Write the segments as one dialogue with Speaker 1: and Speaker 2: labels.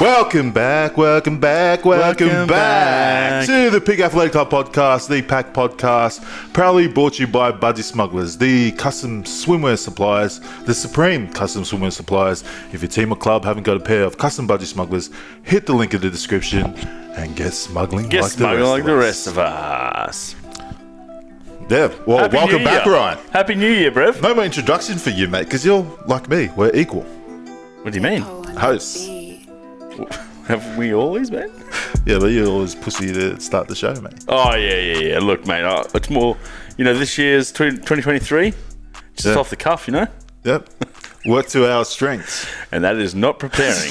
Speaker 1: Welcome back, welcome back, welcome,
Speaker 2: Welcome
Speaker 1: back,
Speaker 2: back.
Speaker 1: to the Pig Athletic Club podcast, the Pack podcast, proudly brought to you by Budgie Smugglers, the custom swimwear suppliers, the supreme custom swimwear suppliers. If your team or club haven't got a pair of custom Budgie Smugglers, hit the link in the description and get smuggling
Speaker 2: Get
Speaker 1: like
Speaker 2: smuggled like
Speaker 1: the
Speaker 2: the
Speaker 1: rest
Speaker 2: rest
Speaker 1: of
Speaker 2: of us.
Speaker 1: us. Yeah, well,
Speaker 2: Happy
Speaker 1: Oh, welcome
Speaker 2: New
Speaker 1: back,
Speaker 2: Year.
Speaker 1: Ryan.
Speaker 2: Happy New Year, bruv.
Speaker 1: No more introduction for you, mate, because you're like me, we're equal.
Speaker 2: What do you mean?
Speaker 1: Hosts.
Speaker 2: Have we always been?
Speaker 1: Yeah, but you're always pussy to start the show, mate.
Speaker 2: Oh, yeah, yeah, yeah. Look, mate, uh, it's more, you know, this year's tw- 2023, just
Speaker 1: Yeah.
Speaker 2: off the cuff, you know?
Speaker 1: Yep. Work to our strengths.
Speaker 2: And that is not preparing.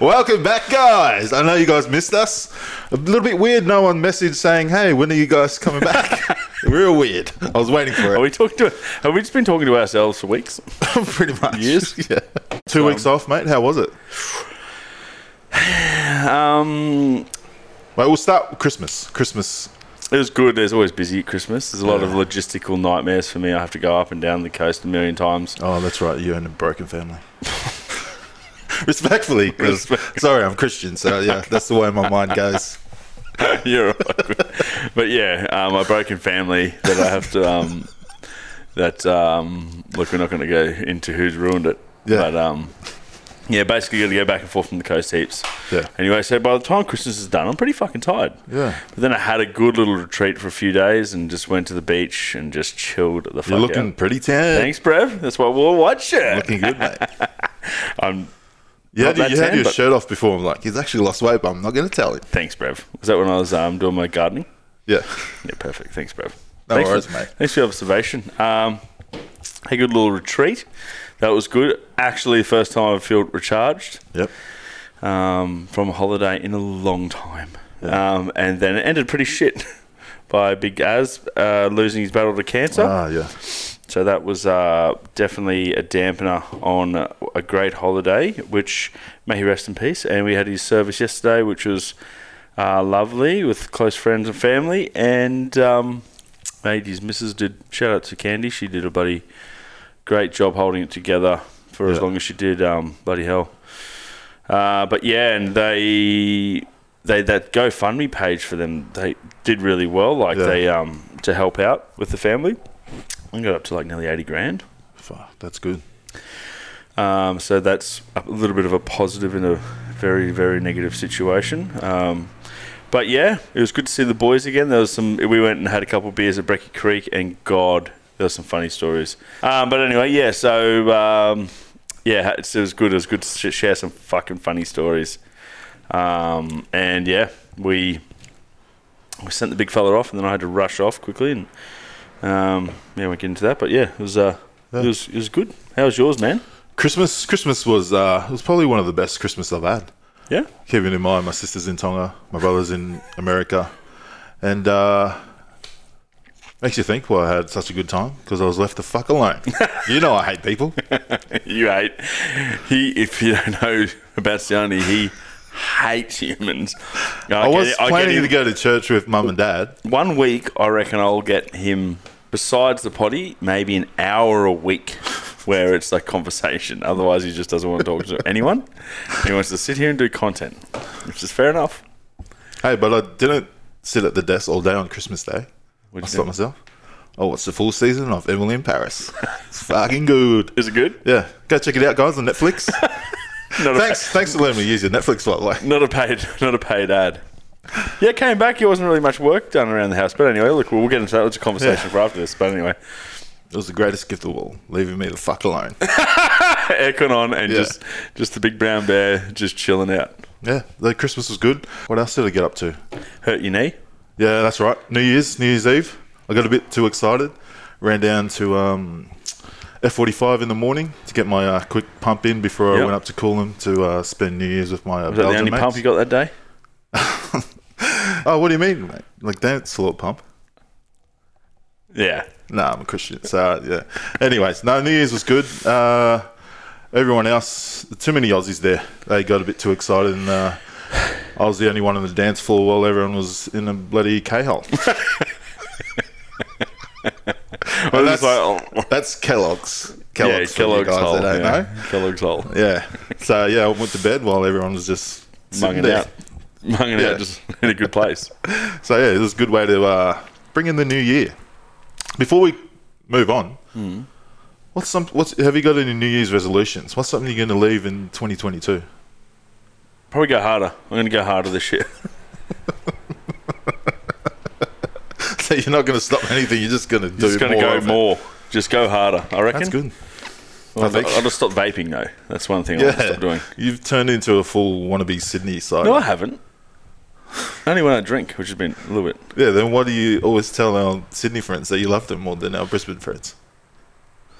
Speaker 1: Welcome back, guys. I know you guys missed us. A little bit weird. No one messaged saying, "Hey, when are you guys coming back?" Real weird. I was waiting for
Speaker 2: Are
Speaker 1: it.
Speaker 2: we talking to, have we just been talking to ourselves for weeks?
Speaker 1: Pretty much.
Speaker 2: Years?
Speaker 1: yeah. Two weeks off, mate. How was it?
Speaker 2: Um,
Speaker 1: Wait, we'll start with Christmas. Christmas.
Speaker 2: it was good. There's always busy at Christmas. There's a lot of logistical nightmares for me. I have to go up and down the coast a million times.
Speaker 1: Oh, that's right. You and a broken family. Respectfully, 'cause- sorry, I'm Christian, so yeah, that's the way my mind goes.
Speaker 2: You're right. but yeah, uh, my broken family that I have to. Um, that um, look, we're not going to go into who's ruined it.
Speaker 1: Yeah.
Speaker 2: But um, yeah, basically, got to go back and forth from the coast heaps.
Speaker 1: Yeah.
Speaker 2: Anyway, so by the time Christmas is done, I'm pretty fucking tired.
Speaker 1: Yeah.
Speaker 2: But then I had a good little retreat for a few days and just went to the beach and just chilled the fuck
Speaker 1: You're looking
Speaker 2: out.
Speaker 1: pretty tan.
Speaker 2: Thanks, Brev. That's why we'll watch it.
Speaker 1: Looking good, mate.
Speaker 2: I'm.
Speaker 1: You had,
Speaker 2: Not that
Speaker 1: you had
Speaker 2: tan,
Speaker 1: your
Speaker 2: but-
Speaker 1: shirt off before. I'm like, he's actually lost weight, but I'm not going to tell him.
Speaker 2: Thanks, Brev. Was that when I was um, doing my gardening?
Speaker 1: Yeah.
Speaker 2: Yeah, perfect. Thanks, Brev.
Speaker 1: No
Speaker 2: thanks
Speaker 1: worries,
Speaker 2: for,
Speaker 1: mate.
Speaker 2: Thanks for the observation. Um, had a good little retreat. That was good. Actually, the first time I felt recharged
Speaker 1: Yep.
Speaker 2: um, from a holiday in a long time. Um, and then it ended pretty shit by Big Az uh, losing his battle to cancer.
Speaker 1: Ah, yeah.
Speaker 2: So that was uh, definitely a dampener on a great holiday, which may he rest in peace. And we had his service yesterday, which was uh, lovely with close friends and family. And um, mate, his missus did shout out to Candy. She did a bloody great job holding it together for as
Speaker 1: Yeah.
Speaker 2: long as she did. Um, bloody hell. Uh, but yeah, and they they that GoFundMe page for them they did really well. Like
Speaker 1: Yeah.
Speaker 2: they um to help out with the family. I got up to like nearly eighty grand.
Speaker 1: Fuck, that's good.
Speaker 2: Um, so that's a little bit of a positive in a very very negative situation. Um, but yeah, it was good to see the boys again. There was some. We went and had a couple of beers at Brecky Creek, and God, there were some funny stories. Um, but anyway, yeah. So um, yeah, it's, it was good. It was good to sh- share some fucking funny stories. Um, and yeah, we we sent the big fella off, and then I had to rush off quickly, and um, yeah, we will get into that. But yeah, it was uh, it was it was good. How was yours, man?
Speaker 1: Christmas, Christmas was uh, was probably one of the best Christmas I've had.
Speaker 2: Yeah.
Speaker 1: Keeping in mind, my sister's in Tonga, my brother's in America, and uh, makes you think. Well, I had such a good time because I was left the fuck alone. you know, I hate people.
Speaker 2: You hate he. If you don't know about Sione, he hates humans.
Speaker 1: I
Speaker 2: get
Speaker 1: was
Speaker 2: it, get
Speaker 1: planning
Speaker 2: him.
Speaker 1: to go to church with mum and dad.
Speaker 2: One week, I reckon I'll get him. Besides the potty, maybe an hour a week where it's like conversation. Otherwise, he just doesn't want to talk to anyone. He wants to sit here and do content, which is fair enough.
Speaker 1: Hey, but I didn't sit at the desk all day on Christmas Day. I
Speaker 2: What'd you
Speaker 1: stopped
Speaker 2: do?
Speaker 1: myself. I watched the full season of Emily in Paris. It's fucking good.
Speaker 2: Is it good?
Speaker 1: Yeah, go check it out, guys, on Netflix.
Speaker 2: Not a
Speaker 1: thanks, thanks for letting me use your Netflix, by the way.
Speaker 2: Not a paid, not a paid ad. Yeah, came back. There wasn't really much work done around the house, but anyway, look, we'll get into that. It's a conversation
Speaker 1: Yeah.
Speaker 2: for after this. But anyway,
Speaker 1: It was the greatest gift of all, leaving me the fuck alone.
Speaker 2: aircon on and
Speaker 1: Yeah.
Speaker 2: just, just the big brown bear just chilling out.
Speaker 1: yeah, the Christmas was good. What else did I get up to?
Speaker 2: Hurt your knee?
Speaker 1: Yeah, that's right. New Year's, New Year's Eve. I got a bit too excited. Ran down to um, F45 in the morning to get my uh, quick pump in before I
Speaker 2: Yep.
Speaker 1: went up to Coolum to uh, spend New Year's with my uh,
Speaker 2: Was that the
Speaker 1: Belgian
Speaker 2: only
Speaker 1: mates.
Speaker 2: pump you got that day?
Speaker 1: Oh, what do you mean, mate? Like, dance a little pump.
Speaker 2: Yeah.
Speaker 1: No, I'm a Christian. So yeah. Anyways, no, New Year's was good. Uh, everyone else, too many Aussies there. They got a bit too excited, and uh, I was the only one on the dance floor while everyone was in a bloody K hole.
Speaker 2: Well,
Speaker 1: that's-
Speaker 2: that's like, oh.
Speaker 1: That's Kellogg's.
Speaker 2: yeah,
Speaker 1: Kellogg's, for you
Speaker 2: Kellogg's
Speaker 1: guys
Speaker 2: hole.
Speaker 1: that don't
Speaker 2: yeah.
Speaker 1: know.
Speaker 2: Kellogg's hole.
Speaker 1: Yeah. So yeah, I went to bed while everyone was just sitting
Speaker 2: Mugging
Speaker 1: there.
Speaker 2: out. Mugging
Speaker 1: Yeah.
Speaker 2: out just in a good place.
Speaker 1: So yeah, it was a good way to uh, bring in the new year. Before we move on,
Speaker 2: Hmm.
Speaker 1: what's some? What's have you got any New Year's resolutions? What's something you're going to leave in 2022?
Speaker 2: Probably go harder. I'm going to go harder this year.
Speaker 1: so you're not going to stop anything. You're just going to do
Speaker 2: just going to
Speaker 1: more.
Speaker 2: go
Speaker 1: of it.
Speaker 2: more. Just go harder. I reckon.
Speaker 1: That's good.
Speaker 2: Well,
Speaker 1: I think-
Speaker 2: I'll just stop vaping though. That's one thing I'll
Speaker 1: Yeah,
Speaker 2: stop doing.
Speaker 1: you've turned into a full wannabe Sydney side.
Speaker 2: No, I haven't. Only when I drink, which has been a little bit.
Speaker 1: Yeah, then why do you always tell our Sydney friends that you love them more than our Brisbane friends?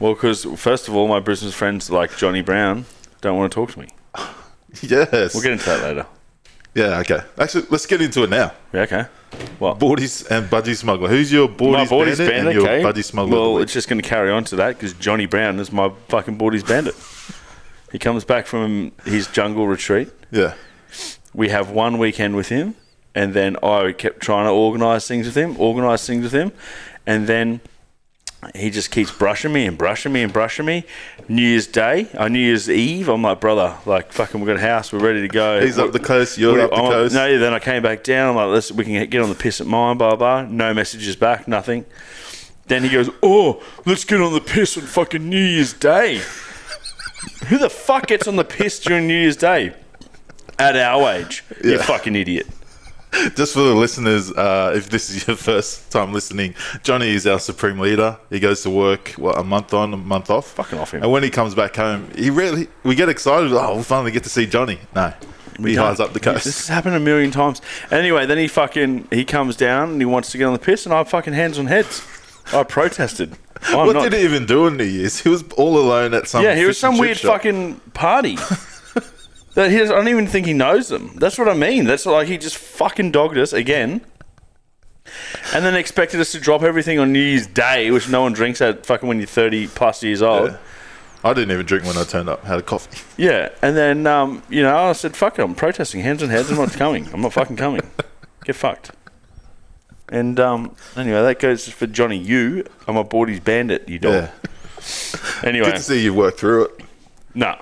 Speaker 2: Well, because first of all, my business friends like Johnny Brown don't want to talk to me.
Speaker 1: Yes.
Speaker 2: We'll get into that later.
Speaker 1: yeah, okay. Actually, let's get into it now.
Speaker 2: Yeah, okay. What?
Speaker 1: Boardies and Budgie Smuggler. Who's your
Speaker 2: my
Speaker 1: Boardies, bandit,
Speaker 2: Bordy's bandit,
Speaker 1: and your
Speaker 2: okay.
Speaker 1: Budgie Smuggler?
Speaker 2: well, it's just going to carry on to that because Johnny Brown is my fucking Bordy's bandit. he comes back from his jungle retreat.
Speaker 1: yeah.
Speaker 2: we have one weekend with him, and then I kept trying to organise things with him, organise things with him, and then he just keeps brushing me and brushing me and brushing me. New Year's Day, uh, New Year's Eve, I'm like, brother, like fucking, we got a house, we're ready to go.
Speaker 1: He's up the coast, you're
Speaker 2: What-
Speaker 1: up the
Speaker 2: I'm-
Speaker 1: coast.
Speaker 2: No, then I came back down. I'm like, let's we can get on the piss at mine, blah blah. blah. No messages back, nothing. Then he goes, oh, let's get on the piss on fucking New Year's Day. Who the fuck gets on the piss during New Year's Day? At our age, you
Speaker 1: Yeah.
Speaker 2: fucking idiot.
Speaker 1: Just for the listeners, uh, if this is your first time listening, Johnny is our supreme leader. He goes to work what, a month on, a month off.
Speaker 2: Fucking off him.
Speaker 1: And when he comes back home, he really we get excited. Oh, we finally get to see Johnny. No, he hides up the
Speaker 2: This has
Speaker 1: coast.
Speaker 2: happened a million times. Anyway, then he fucking he comes down and he wants to get on the piss, and I fucking hands on heads. I protested. Oh, I'm
Speaker 1: what
Speaker 2: not,
Speaker 1: did he even do in New Year's? He was all alone at some
Speaker 2: Yeah, he was
Speaker 1: fish and
Speaker 2: some
Speaker 1: chip
Speaker 2: weird
Speaker 1: shop.
Speaker 2: fucking party. that he does, I don't even think he knows them. That's what I mean. That's like he just fucking dogged us again. And then expected us to drop everything on New Year's Day, which no one drinks at fucking when you're 30 plus years old.
Speaker 1: Yeah. I didn't even drink when I turned up. Had a coffee.
Speaker 2: Yeah, and then um, you know I said, "Fuck it, I'm protesting, hands on heads. I'm not coming. I'm not fucking coming. Get fucked." And um, anyway, that goes for Johnny. You, I'm a boardies bandit. You dog.
Speaker 1: Yeah,
Speaker 2: Anyway,
Speaker 1: good to see you work through it.
Speaker 2: no.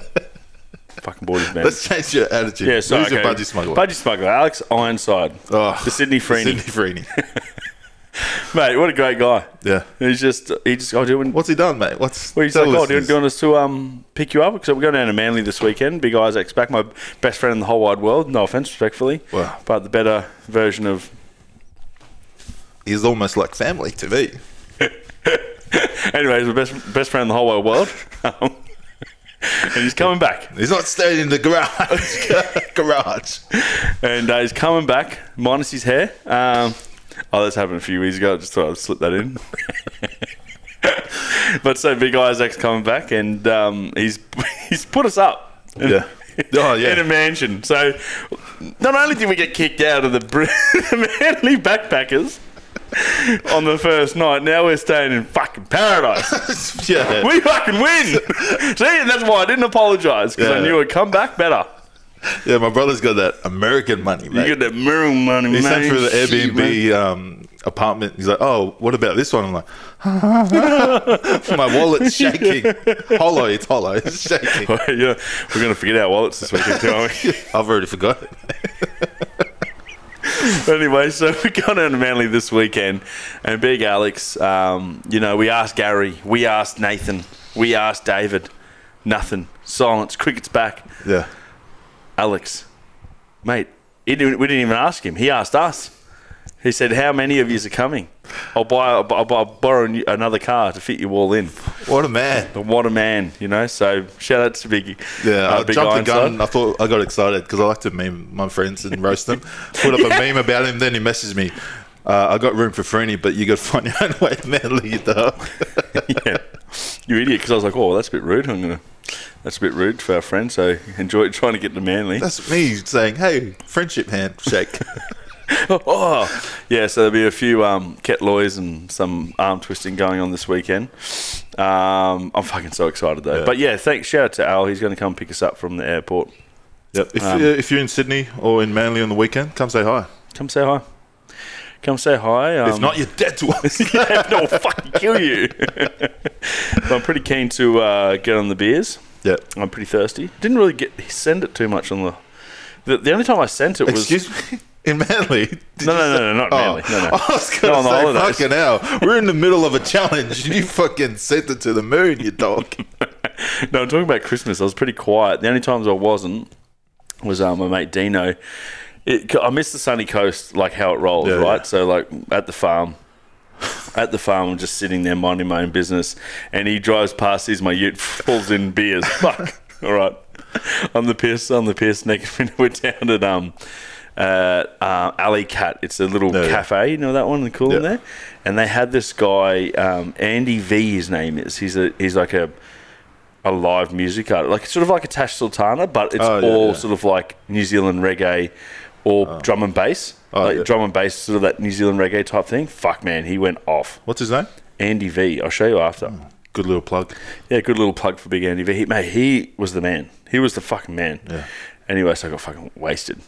Speaker 2: fucking boardies bandit.
Speaker 1: Let's change your attitude.
Speaker 2: yeah, so
Speaker 1: Who's your
Speaker 2: okay.
Speaker 1: budgie smuggler?
Speaker 2: Budgie smuggler, Alex Ironside,
Speaker 1: Oh,
Speaker 2: the Sydney Freeney.
Speaker 1: Sydney Freeney.
Speaker 2: Mate, what a great guy.
Speaker 1: yeah.
Speaker 2: He's just he just I do when
Speaker 1: What's he done, mate? What's
Speaker 2: Well, he's
Speaker 1: tell
Speaker 2: like,
Speaker 1: the
Speaker 2: oh, do you,
Speaker 1: listeners."
Speaker 2: do you want us to um, pick you up? Because we're going down to Manly this weekend. Big Isaac's back, my best friend in the whole wide world. No offense, respectfully.
Speaker 1: Wow.
Speaker 2: But the better version of.
Speaker 1: He's almost like family to me.
Speaker 2: Anyways, the best best friend in the whole wide world. Um, and he's coming back.
Speaker 1: He's not staying in the garage. garage.
Speaker 2: And uh, he's coming back, minus his hair. Um, oh, that's happened a few weeks ago. I just thought I'd slip that in. but so Big Isaac's coming back, and um, he's he's put us up.
Speaker 1: Yeah. Oh
Speaker 2: in a
Speaker 1: yeah.
Speaker 2: mansion. So not only did we get kicked out of the Br- Manly backpackers on the first night, now we're staying in fucking paradise.
Speaker 1: yeah.
Speaker 2: We fucking win. See, and that's why I didn't apologise because I
Speaker 1: Yeah.
Speaker 2: knew I'd come back better.
Speaker 1: yeah, my brother's got that American money,
Speaker 2: You
Speaker 1: mate.
Speaker 2: get that mirror money,
Speaker 1: He
Speaker 2: man.
Speaker 1: sent for the
Speaker 2: Shit, man.
Speaker 1: Airbnb um, apartment. He's like, "Oh, what about this one?" I'm like, "My wallet's shaking. hollow, it's hollow. It's shaking.
Speaker 2: yeah, we're gonna forget our wallets this weekend, too, aren't we?
Speaker 1: I've already forgot."
Speaker 2: anyway, so we go down to Manly this weekend, and Big Alex, um, you know, we asked Gary, we asked Nathan, we asked David, nothing. Silence. Cricket's back.
Speaker 1: Yeah.
Speaker 2: Alex, mate, he didn't, we didn't even ask him. He asked us. He said, "How many of you are coming? I'll buy, I'll, bu- I'll, bu- I'll borrow a new- another car to fit you all in."
Speaker 1: What a man.
Speaker 2: But what a man, you know. So shout out to Big,
Speaker 1: Yeah,
Speaker 2: uh,
Speaker 1: I
Speaker 2: Big
Speaker 1: jumped the
Speaker 2: Ironside.
Speaker 1: gun. I thought I got excited because I like to meme my friends and roast them. Put up a meme about him, then he messaged me. Uh, I got room for Freeney, but you got to find your own way, manly though.
Speaker 2: yeah, you idiot. Because I was like, "Oh, that's a bit rude." I'm gonna, that's a bit rude for our friend. So enjoy trying to get to Manly.
Speaker 1: That's me saying, "Hey, friendship handshake."
Speaker 2: oh, yeah. So there'll be a few um, cat lawyers and some arm twisting going on this weekend. Um, I'm fucking so excited though.
Speaker 1: Yeah.
Speaker 2: But yeah, thanks. Shout out to Al. He's going to come pick us up from the airport.
Speaker 1: Yep. If,
Speaker 2: Um,
Speaker 1: uh, if you're in Sydney or in Manly on the weekend, come say hi.
Speaker 2: Come say hi. Come say hi. Um,
Speaker 1: If not, you're dead to us.
Speaker 2: yeah, if not, we'll fucking kill you. but I'm pretty keen to uh, get on the beers.
Speaker 1: yeah.
Speaker 2: I'm pretty thirsty. Didn't really get send it too much on the. The, the only time I sent it was
Speaker 1: Excuse me? In Manly? Did
Speaker 2: no,
Speaker 1: you
Speaker 2: no,
Speaker 1: say-
Speaker 2: no, no, not
Speaker 1: Oh.
Speaker 2: Manly. No, no.
Speaker 1: I was going
Speaker 2: No,
Speaker 1: to
Speaker 2: on the
Speaker 1: say,
Speaker 2: holidays.
Speaker 1: fucking hell. We're in the middle of a challenge. You fucking sent it to the moon, you dog.
Speaker 2: No, I'm talking about Christmas. I was pretty quiet. The only times I wasn't was um, my mate Dino. It, I miss the sunny coast, like how it rolls,
Speaker 1: Yeah,
Speaker 2: right?
Speaker 1: yeah.
Speaker 2: So, like at the farm, at the farm, I'm just sitting there minding my own business, and he drives past, sees my Ute, falls in beers. Fuck. All right, I'm the piss. I'm the piss. Next minute, we're down at um. Uh, uh, Alley Cat. It's a little
Speaker 1: Oh, yeah.
Speaker 2: cafe, you know that one, the cool in
Speaker 1: Yeah.
Speaker 2: there. And they had this guy, um, Andy V. His name is. He's a he's like a a live music artist, like sort of like a Tash Sultana, but it's
Speaker 1: Oh, yeah,
Speaker 2: all
Speaker 1: yeah.
Speaker 2: sort of like New Zealand reggae or drum and bass,
Speaker 1: Oh,
Speaker 2: like
Speaker 1: yeah.
Speaker 2: drum and bass, sort of that New Zealand reggae type thing. Fuck man, he went off.
Speaker 1: What's his name?
Speaker 2: Andy V, I'll show you after.
Speaker 1: Good little plug.
Speaker 2: Yeah, good little plug for Big Andy V. He, mate, he was the man. He was the fucking man.
Speaker 1: Yeah.
Speaker 2: Anyway, so I got fucking wasted.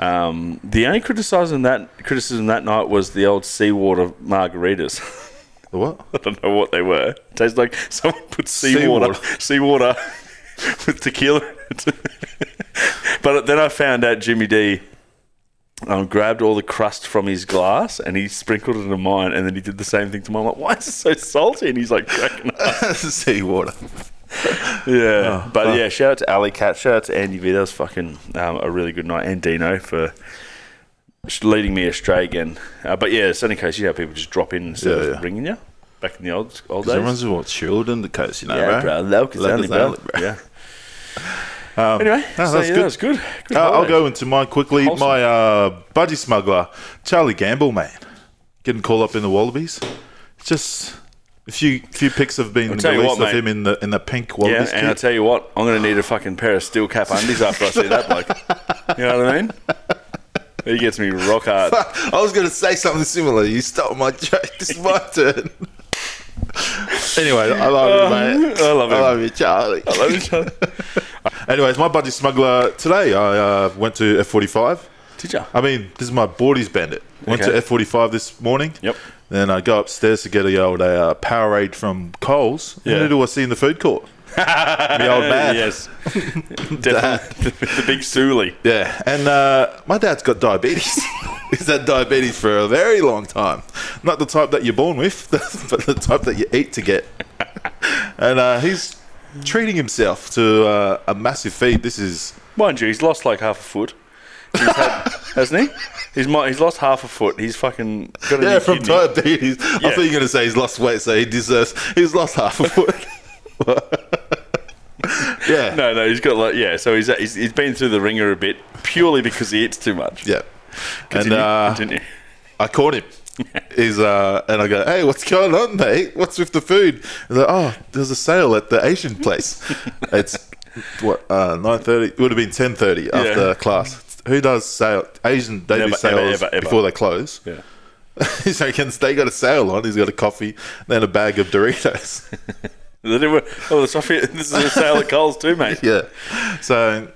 Speaker 2: Um, the only criticism that criticism that night was the old seawater margaritas.
Speaker 1: The what?
Speaker 2: I don't know what they were. It tastes like someone put seawater, seawater with tequila in it. but then I found out Jimmy D um, grabbed all the crust from his glass and he sprinkled it in mine and then he did the same thing to mine. I'm like, why is it so salty? And he's like, cracking up.
Speaker 1: Seawater. Oh,
Speaker 2: yeah. but yeah, shout out to Alley Cat, shout out to Andy V. That was fucking um, a really good night. And Dino for leading me astray again. Uh, but yeah, it's only case, you know, people just drop in instead
Speaker 1: Yeah,
Speaker 2: of
Speaker 1: yeah.
Speaker 2: ringing you. Back in the old old days.
Speaker 1: Everyone's what chilled in the coast, you know,
Speaker 2: Yeah,
Speaker 1: right?
Speaker 2: bro. Loke is
Speaker 1: Loke
Speaker 2: only,
Speaker 1: is
Speaker 2: bro.
Speaker 1: only, bro.
Speaker 2: Yeah.
Speaker 1: Um,
Speaker 2: Anyway,
Speaker 1: no,
Speaker 2: so
Speaker 1: that's
Speaker 2: yeah,
Speaker 1: good.
Speaker 2: that's good. Good
Speaker 1: Uh, I'll
Speaker 2: holiday.
Speaker 1: go into mine quickly.
Speaker 2: Wholesome.
Speaker 1: My uh, buddy smuggler, Charlie Gamble, man, getting called up in the Wallabies. Just a few few pics have been
Speaker 2: tell you
Speaker 1: released
Speaker 2: what,
Speaker 1: of
Speaker 2: mate.
Speaker 1: him in the in the pink
Speaker 2: Yeah,
Speaker 1: Wallabies
Speaker 2: and I
Speaker 1: kit.
Speaker 2: tell you what, I'm going to need a fucking pair of steel cap undies after I see that bloke. You know what I mean? He gets me rock hard.
Speaker 1: I was going to say something similar. You stole my joke. This is my turn. anyway, I love you, mate.
Speaker 2: Oh, I love
Speaker 1: I
Speaker 2: him.
Speaker 1: love you, Charlie.
Speaker 2: I love each other.
Speaker 1: Anyways, my buddy smuggler today. I uh, went to F45.
Speaker 2: Did ya?
Speaker 1: I mean, this is my boardies bandit. Went
Speaker 2: Okay.
Speaker 1: to F45 this morning.
Speaker 2: Yep.
Speaker 1: Then I go upstairs to get a old uh, Powerade from Coles.
Speaker 2: Yeah.
Speaker 1: And who do I see in the food court? Me old man.
Speaker 2: Yes. Definitely. the big Suli.
Speaker 1: Yeah, and uh, my dad's got diabetes. He's had diabetes for a very long time. Not the type that you're born with, but the type that you eat to get. And uh, he's treating himself to uh, a massive feed. This is
Speaker 2: Mind you, he's lost like half a foot. He's had, hasn't he? He's, mi- he's lost half a foot. He's fucking got a
Speaker 1: yeah
Speaker 2: new
Speaker 1: from
Speaker 2: kidney.
Speaker 1: diabetes. I thought you were going to say he's lost weight, so he deserves. He's lost half a foot. yeah,
Speaker 2: No, no, he's got like yeah. So he's he's, he's been through the ringer a bit purely because he eats too much.
Speaker 1: yeah.
Speaker 2: Continue,
Speaker 1: and uh,
Speaker 2: continue.
Speaker 1: I caught him. He's uh, and I go, hey, what's going on, mate? What's with the food? He's like, oh, there's a sale at the Asian place. it's what uh, nine thirty. It would have been ten thirty after class. Who does sale? Asian they do
Speaker 2: Never, ever,
Speaker 1: sales
Speaker 2: ever, ever.
Speaker 1: before they close.
Speaker 2: Yeah.
Speaker 1: so he can, they got a sale on. He's got a coffee, then a bag of Doritos.
Speaker 2: They do- Oh, the stuff here- This is a sale at Coles too, mate.
Speaker 1: yeah. So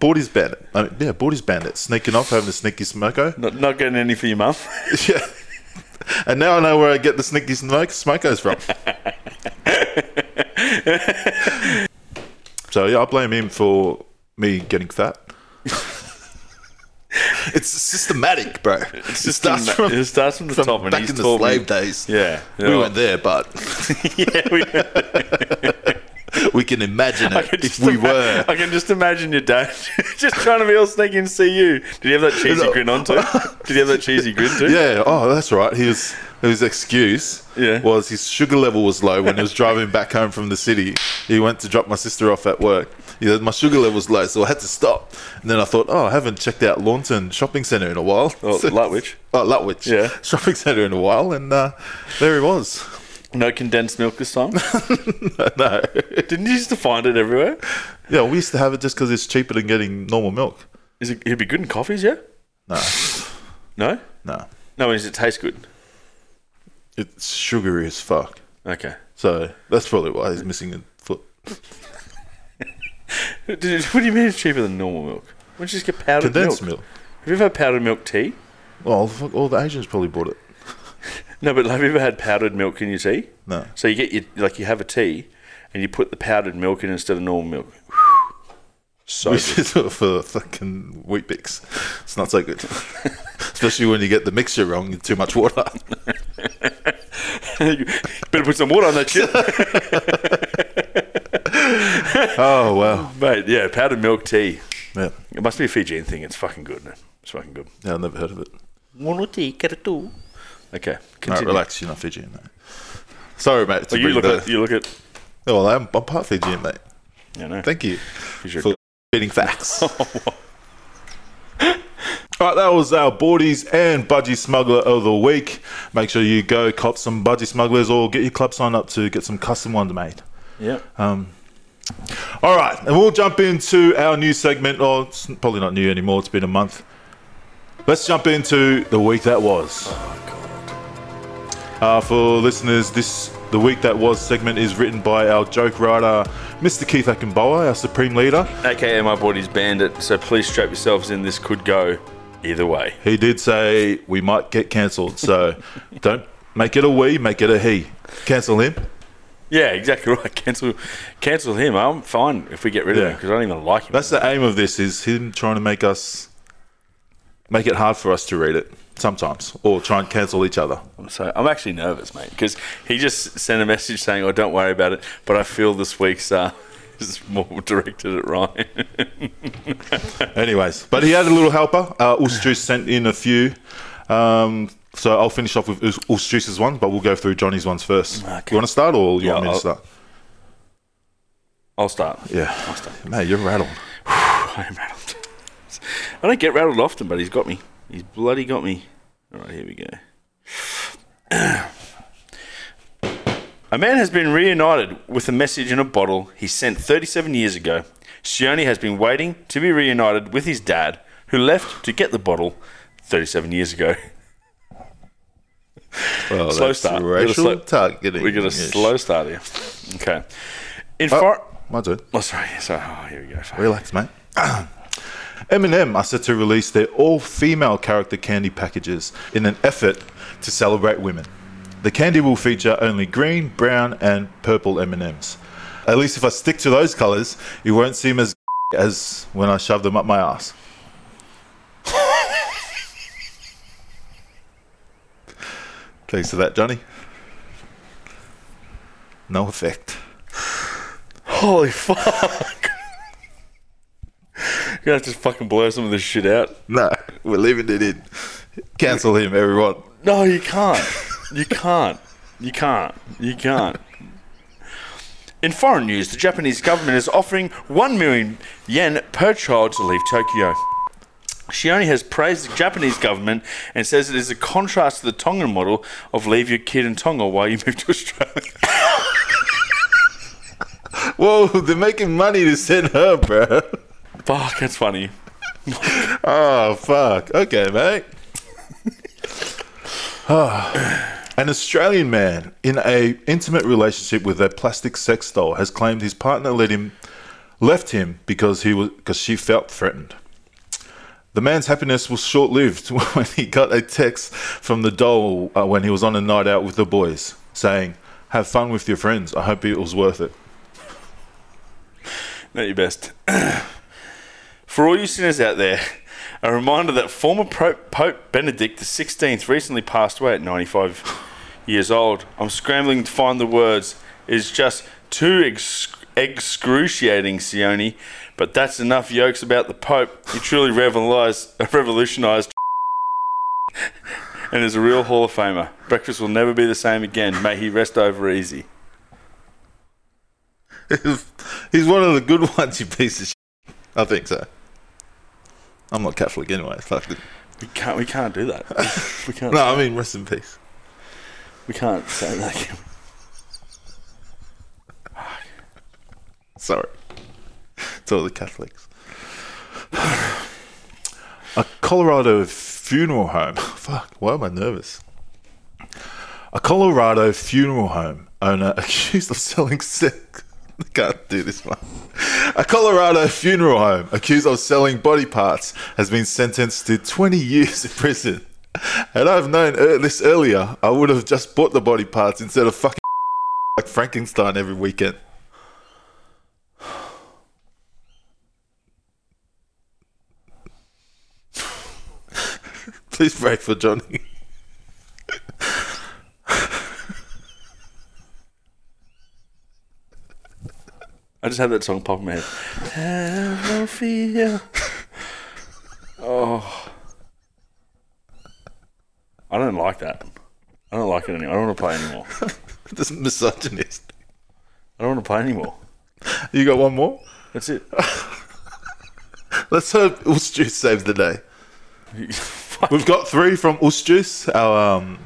Speaker 1: bought his bandit. I mean, yeah, bought his bandit. Sneaking off, having a sneaky smoko.
Speaker 2: Not, not getting any for your mum.
Speaker 1: Yeah. And now I know where I get the sneaky smoke smokos from. so yeah, I blame him for me getting fat. it's systematic, bro. it starts
Speaker 2: System-
Speaker 1: from,
Speaker 2: it starts from the
Speaker 1: from
Speaker 2: top. and
Speaker 1: back
Speaker 2: he's
Speaker 1: in the
Speaker 2: taught me-
Speaker 1: slave days.
Speaker 2: Yeah,
Speaker 1: we
Speaker 2: yeah.
Speaker 1: weren't there, but
Speaker 2: yeah, we,
Speaker 1: we can imagine
Speaker 2: I
Speaker 1: it
Speaker 2: can
Speaker 1: if
Speaker 2: just
Speaker 1: we
Speaker 2: ima-
Speaker 1: were.
Speaker 2: I can just imagine your dad just trying to be all sneaky and see you. Did he have that cheesy grin on too? Did he have that cheesy grin too?
Speaker 1: Yeah. Oh, that's right. His his excuse
Speaker 2: Yeah.
Speaker 1: was his sugar level was low when he was driving back home from the city. He went to drop my sister off at work. He said my sugar level's low, so I had to stop. And then I thought, oh, I haven't checked out Launton Shopping Centre in a while.
Speaker 2: Oh,
Speaker 1: So-
Speaker 2: Lutwich.
Speaker 1: Oh, Lutwich.
Speaker 2: Yeah.
Speaker 1: Shopping Centre in a while, and uh, there he was.
Speaker 2: No condensed milk this time.
Speaker 1: no.
Speaker 2: Didn't you used to find it everywhere?
Speaker 1: Yeah, we used to have it just because it's cheaper than getting normal milk.
Speaker 2: Is it, it'd be good in coffees, yeah.
Speaker 1: No.
Speaker 2: No?
Speaker 1: No.
Speaker 2: No, does it taste good?
Speaker 1: It's sugary as fuck.
Speaker 2: Okay.
Speaker 1: So that's probably why he's missing a foot.
Speaker 2: Dude, what do you mean it's cheaper than normal milk? Why don't you just get powdered milk?
Speaker 1: Condensed milk.
Speaker 2: Have you ever had powdered milk tea?
Speaker 1: Oh, fuck, all the Asians probably bought it.
Speaker 2: No, but have you ever had powdered milk in your tea?
Speaker 1: No.
Speaker 2: So you get your like you have a tea, and you put the powdered milk in instead of normal milk. So
Speaker 1: Which is for fucking wheat bix. It's not so good. Especially when you get the mixture wrong, too much water.
Speaker 2: good. better put some water on that shit,
Speaker 1: Oh, wow.
Speaker 2: mate. Yeah, powdered milk tea.
Speaker 1: Yeah.
Speaker 2: It must be a Fijian thing. It's fucking good, man. It's fucking good.
Speaker 1: yeah I've never heard of it.
Speaker 2: Okay,
Speaker 1: All right,
Speaker 2: continue.
Speaker 1: relax. You're not Fijian, mate. Sorry, mate. To
Speaker 2: Well, you
Speaker 1: bring
Speaker 2: look
Speaker 1: the-
Speaker 2: at you look at
Speaker 1: Oh, well, I'm, I'm part Fijian, mate.
Speaker 2: you know.
Speaker 1: Thank you
Speaker 2: He's your
Speaker 1: for reading facts. All
Speaker 2: Oh,
Speaker 1: right, that was our boardies and budgie smuggler of the week. Make sure you go cop some budgie smugglers or get your club sign up to get some custom ones made.
Speaker 2: yeah.
Speaker 1: All right, and we'll jump into our new segment. Or it's probably not new anymore. It's been a month. Let's jump into the week that was. Uh, for listeners, this the week that was segment is written by our joke writer, Mr. Keith Akinboa, our supreme leader.
Speaker 2: AKA my body's bandit. So please strap yourselves in. This could go either way.
Speaker 1: He did say we might get cancelled, so don't make it a we, make it a he. Cancel him.
Speaker 2: Yeah, exactly right. Cancel, cancel him. I'm fine if we get rid of
Speaker 1: Yeah.
Speaker 2: him because I don't even like him.
Speaker 1: That's the aim of this: is him trying to make us make it hard for us to read it sometimes, or try and cancel each other.
Speaker 2: So I'm actually nervous, mate, because he just sent a message saying, "Oh, don't worry about it." But I feel this week's uh, is more directed at Ryan.
Speaker 1: Anyways, but he had a little helper. Uh, Ulstruce sent in a few. Um, so I'll finish off with Ulstruce's one, but we'll go through Johnny's ones first.
Speaker 2: Okay.
Speaker 1: You want to start or you
Speaker 2: Yeah,
Speaker 1: want me
Speaker 2: I'll-
Speaker 1: to start?
Speaker 2: I'll start.
Speaker 1: Yeah.
Speaker 2: I'll start.
Speaker 1: Mate, you're rattled.
Speaker 2: I am rattled. I don't get rattled often, but he's got me. He's bloody got me. All right, here we go. a man has been reunited with a message in a bottle he sent 37 years ago. Sione has been waiting to be reunited with his dad, who left to get the bottle 37 years ago.
Speaker 1: Well,
Speaker 2: Slow
Speaker 1: Oh, that's
Speaker 2: start. We're
Speaker 1: Racial
Speaker 2: gonna slow-
Speaker 1: targeting.
Speaker 2: We get a
Speaker 1: Yes.
Speaker 2: slow start here. Okay. In
Speaker 1: Oh,
Speaker 2: far.
Speaker 1: my turn.
Speaker 2: Oh, sorry. sorry. Oh, here we go. Fuck.
Speaker 1: Relax, mate. M&M are set to release their all-female character candy packages in an effort to celebrate women. The candy will feature only green, brown, and purple M&Ms. At least if I stick to those colours, you won't seem as as when I shove them up my ass. Thanks for that, Johnny. No effect.
Speaker 2: Holy fuck. You're gonna have to fucking blur some of this shit out.
Speaker 1: No, we're leaving it in. Cancel him, everyone.
Speaker 2: No, you can't. You can't. You can't. You can't. In foreign news, the Japanese government is offering 1 million yen per child to leave Tokyo. Shione has praised the Japanese government and says it is a contrast to the Tongan model of leave your kid in Tonga while you move to Australia.
Speaker 1: Whoa, they're making money to send her, bro.
Speaker 2: Fuck, that's funny.
Speaker 1: Oh, fuck. Okay, mate. Ah. An Australian man in a intimate relationship with a plastic sex doll has claimed his partner let him left him because he was because she felt threatened. The man's happiness was short-lived when he got a text from the doll uh, when he was on a night out with the boys saying, "Have fun with your friends. I hope it was worth it."
Speaker 2: Not your best. For all you sinners out there, a reminder that former Pro- Pope Benedict XVI recently passed away at 95 years old. I'm scrambling to find the words. It's just too ex- excruciating, Sione. But that's enough yokes about the Pope. He truly revolutionized, revolutionized and is a real Hall of Famer. Breakfast will never be the same again. May he rest over easy.
Speaker 1: He's one of the good ones, you piece of shit. I think so. I'm not Catholic anyway. Fuck it.
Speaker 2: We can't, we can't do that. We can't.
Speaker 1: No, I mean, rest in peace.
Speaker 2: We can't say that. Can we?
Speaker 1: Sorry. To all the Catholics. A Colorado f- funeral home. Fuck, why am I nervous? A Colorado funeral home owner accused of selling sex. I can't do this one. A Colorado funeral home accused of selling body parts has been sentenced to 20 years in prison. Had I've known er- this earlier, I would have just bought the body parts instead of fucking like Frankenstein every weekend. Please break for Johnny.
Speaker 2: I just had that song pop in my head. Have no fear. Oh. I don't like that. I don't like it anymore. I don't want to play anymore.
Speaker 1: this misogynist.
Speaker 2: I don't want to play anymore.
Speaker 1: You got one more?
Speaker 2: That's it.
Speaker 1: Let's hope Ulz Juice saves the day. We've got three from Ulz Juice, our um,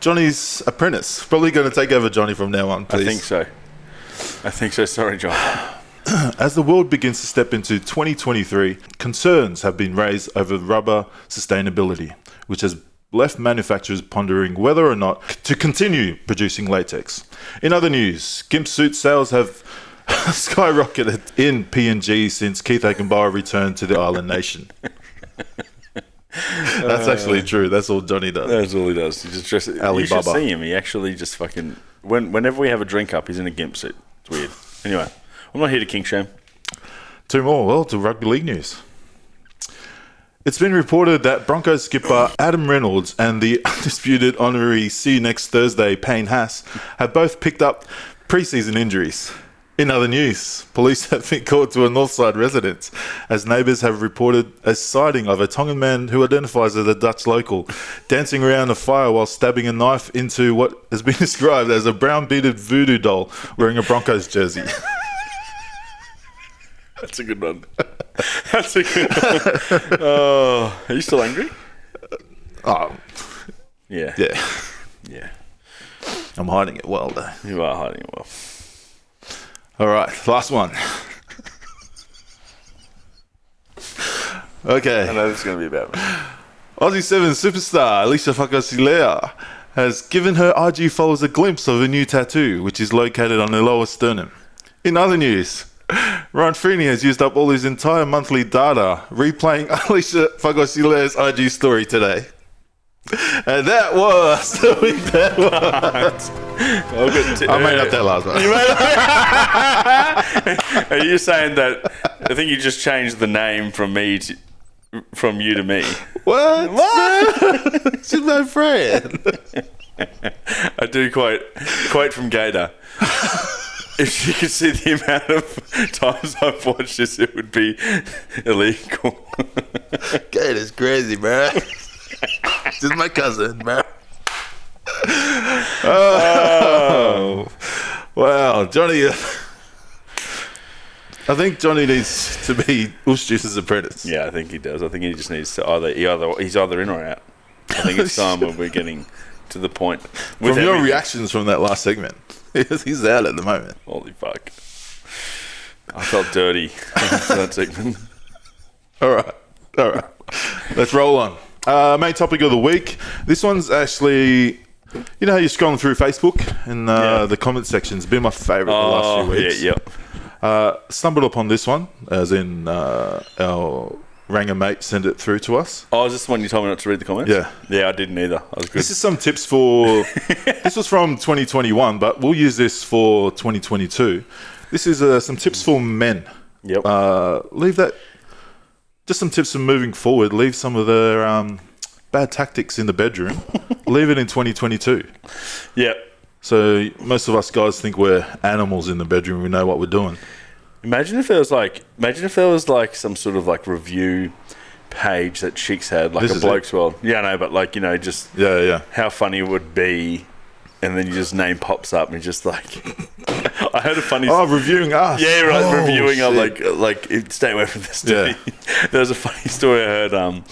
Speaker 1: Johnny's apprentice. Probably going to take over Johnny from now on,
Speaker 2: I
Speaker 1: please.
Speaker 2: think so. I think so. Sorry, John.
Speaker 1: As the world begins to step into 2023, concerns have been raised over rubber sustainability, which has left manufacturers pondering whether or not to continue producing latex. In other news, GIMP suit sales have skyrocketed in PNG since Keith Akinbara returned to the island nation. That's actually true. That's all Johnny does.
Speaker 2: That's all he does. He just dresses. You should
Speaker 1: Alibaba.
Speaker 2: see him. He actually just fucking. When, whenever we have a drink up, he's in a gimp suit. It's weird. Anyway, I'm not here to king shame.
Speaker 1: Two more. Well, to rugby league news. It's been reported that Broncos skipper Adam Reynolds and the undisputed honorary see you next Thursday Payne Haas have both picked up preseason injuries. In other news, police have been called to a Northside residence as neighbours have reported a sighting of a Tongan man who identifies as a Dutch local dancing around a fire while stabbing a knife into what has been described as a brown bearded voodoo doll wearing a Broncos jersey.
Speaker 2: That's a good one. That's a good one. Oh, are you still angry?
Speaker 1: oh,
Speaker 2: Yeah.
Speaker 1: yeah.
Speaker 2: Yeah.
Speaker 1: I'm hiding it well though.
Speaker 2: You are hiding it well.
Speaker 1: All right, last one. okay.
Speaker 2: know this is going to be about me.
Speaker 1: Aussie 7 superstar Alicia Fakasilea has given her IG followers a glimpse of a new tattoo, which is located on her lower sternum. In other news, Ryan Freeney has used up all his entire monthly data replaying Alicia Fagosilea's IG story today. And that was the week that was. I made up that last one.
Speaker 2: Are you saying that? I think you just changed the name from me to, from you to me.
Speaker 1: What? What? She's my friend.
Speaker 2: I do quote quote from Gator. if you could see the amount of times I've watched this, it would be illegal.
Speaker 1: Kate is crazy, bro. She's my cousin, bro. Oh. Wow, Johnny. I think Johnny needs to be Ulster's apprentice.
Speaker 2: yeah, I think he does. I think he just needs to either he either he's either in or out. I think it's time when we're getting to the point. With
Speaker 1: From your
Speaker 2: everything.
Speaker 1: reactions from that last segment, he's out at the moment.
Speaker 2: holy fuck! I felt dirty after that segment.
Speaker 1: All right. All right. Let's roll on. Uh, main topic of the week. This one's actually, you know how you're scrolling through Facebook and uh,
Speaker 2: Yeah.
Speaker 1: the comment section's been my favorite the last
Speaker 2: Oh,
Speaker 1: few weeks.
Speaker 2: yeah, yep.
Speaker 1: Uh, stumbled upon this one, as in uh, our Ranger mate sent it through to us.
Speaker 2: Oh, is this the one you told me not to read the comments?
Speaker 1: Yeah.
Speaker 2: Yeah, I didn't either. I was good.
Speaker 1: This is some tips for. this was from 2021, but we'll use this for 2022. This is uh, some tips for men.
Speaker 2: Yep.
Speaker 1: Uh, leave that. Just some tips for moving forward. Leave some of their um, bad tactics in the bedroom. leave it in 2022.
Speaker 2: yep.
Speaker 1: So most of us guys think we're animals in the bedroom. We know what we're doing.
Speaker 2: Imagine if there was like, imagine if there was like some sort of like review page that chicks had, like
Speaker 1: This
Speaker 2: a
Speaker 1: is
Speaker 2: bloke's world. Yeah, no, but like you know, just
Speaker 1: Yeah, yeah.
Speaker 2: how funny it would be, and then you just name pops up and you're just like, I heard a funny.
Speaker 1: Oh, reviewing us.
Speaker 2: Yeah, right.
Speaker 1: Oh,
Speaker 2: reviewing, I'm
Speaker 1: shit.
Speaker 2: like, uh, like, it- stay away from this.
Speaker 1: Yeah.
Speaker 2: Yeah. there was a funny story I heard um,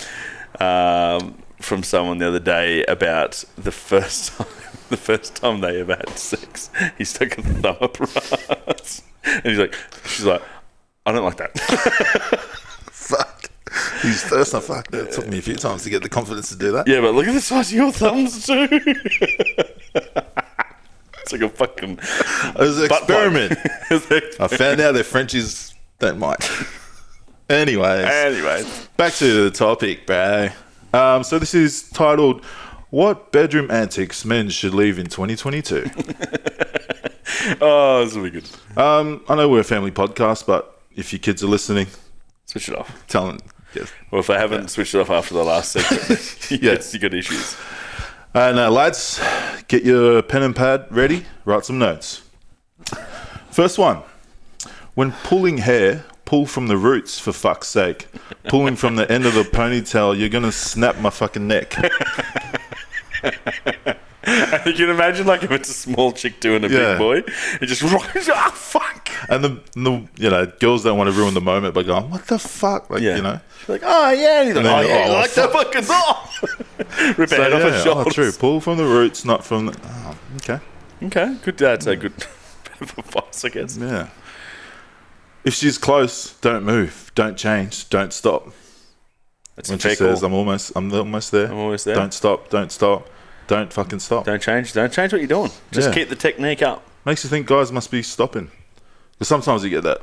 Speaker 2: um, from someone the other day about the first time, the first time they ever had sex. He stuck a thumb up her ass, and he's like, she's like, I don't like that.
Speaker 1: Fuck. He's thirsty. Fuck, that took me a few times to get the confidence to do that.
Speaker 2: Yeah, but look at the size of your thumbs too. it's like a fucking
Speaker 1: It was an
Speaker 2: butt plug.
Speaker 1: experiment.
Speaker 2: It's like-
Speaker 1: I found out that Frenchies don't mind. Anyways,
Speaker 2: anyway,
Speaker 1: back to the topic, bro. Um, so this is titled "What Bedroom Antics Men Should Leave in 2022."
Speaker 2: oh, it's really good.
Speaker 1: um, I know we're a family podcast, but if your kids are listening,
Speaker 2: Switch it off.
Speaker 1: tell them. Yes.
Speaker 2: Well, if they haven't switched it off after the last segment, you
Speaker 1: Yeah.
Speaker 2: got- you got issues.
Speaker 1: And uh, lads, get your pen and pad ready. Write some notes. First one: When pulling hair, pull from the roots for fuck's sake. Pulling from the end of the ponytail, you're gonna snap my fucking neck.
Speaker 2: You can imagine like if it's a small chick doing a
Speaker 1: Yeah.
Speaker 2: big boy, it just ah fuck.
Speaker 1: And the, the you know girls don't want to ruin the moment by going, "What the fuck?" Like
Speaker 2: Yeah.
Speaker 1: you know.
Speaker 2: She's like, oh yeah, and he's like,
Speaker 1: then,
Speaker 2: oh yeah,
Speaker 1: oh,
Speaker 2: you like that fucking song. Rip
Speaker 1: So,
Speaker 2: it off
Speaker 1: yeah,
Speaker 2: her
Speaker 1: oh,
Speaker 2: shoulders.
Speaker 1: true. Pull from the roots, not from. The, oh, okay.
Speaker 2: Okay, good. That's a good bit of advice, I guess.
Speaker 1: Yeah. If she's close, don't move, don't change, don't stop.
Speaker 2: That's
Speaker 1: When
Speaker 2: a
Speaker 1: she
Speaker 2: fair call.
Speaker 1: says, "I'm almost, I'm almost there,"
Speaker 2: I'm almost there.
Speaker 1: Don't stop, don't stop, don't fucking stop.
Speaker 2: Don't change. Don't change what you're doing. Just
Speaker 1: Yeah.
Speaker 2: keep the technique up.
Speaker 1: Makes you think guys must be stopping, because sometimes you get that.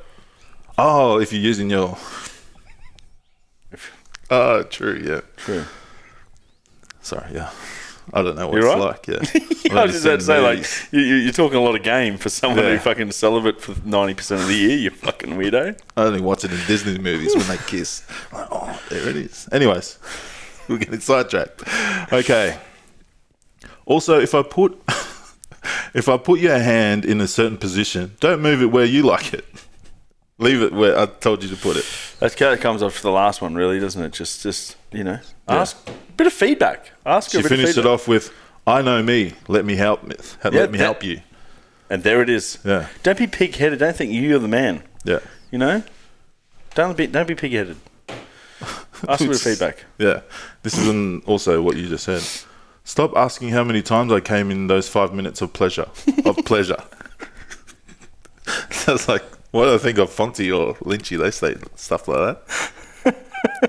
Speaker 1: Oh, if you're using your. Oh, true. Yeah.
Speaker 2: True.
Speaker 1: Sorry. Yeah. I don't know what
Speaker 2: You
Speaker 1: it's
Speaker 2: right?
Speaker 1: like. Yeah.
Speaker 2: I was just about to say,
Speaker 1: Movies.
Speaker 2: like, you, you- you're talking a lot of game for someone
Speaker 1: Yeah.
Speaker 2: who fucking celibate for 90% of the year, you fucking weirdo.
Speaker 1: I only watch it in Disney movies when they kiss. Like, oh, there it is. Anyways, we're getting sidetracked. Okay. Also, if I put if I put your hand in a certain position, don't move it where you like it. Leave it where I told you to put it.
Speaker 2: That's kind of comes off the last one, really, doesn't it? Just, just you know, ask a bit of feedback. Ask a
Speaker 1: She
Speaker 2: bit of
Speaker 1: finished
Speaker 2: feedback.
Speaker 1: it off with, "I know me. Let me help. Me, let
Speaker 2: Yeah,
Speaker 1: me
Speaker 2: that-
Speaker 1: help you."
Speaker 2: And there it is.
Speaker 1: Yeah.
Speaker 2: Don't be pig headed. Don't think you're the man.
Speaker 1: Yeah.
Speaker 2: You know? Don't be, don't be pig headed. Ask a bit of feedback.
Speaker 1: Yeah. This is an, also what you just said. Stop asking how many times I came in those five minutes of pleasure. Of pleasure. That's like, what do I think of Fonty or Lynchy? They say stuff like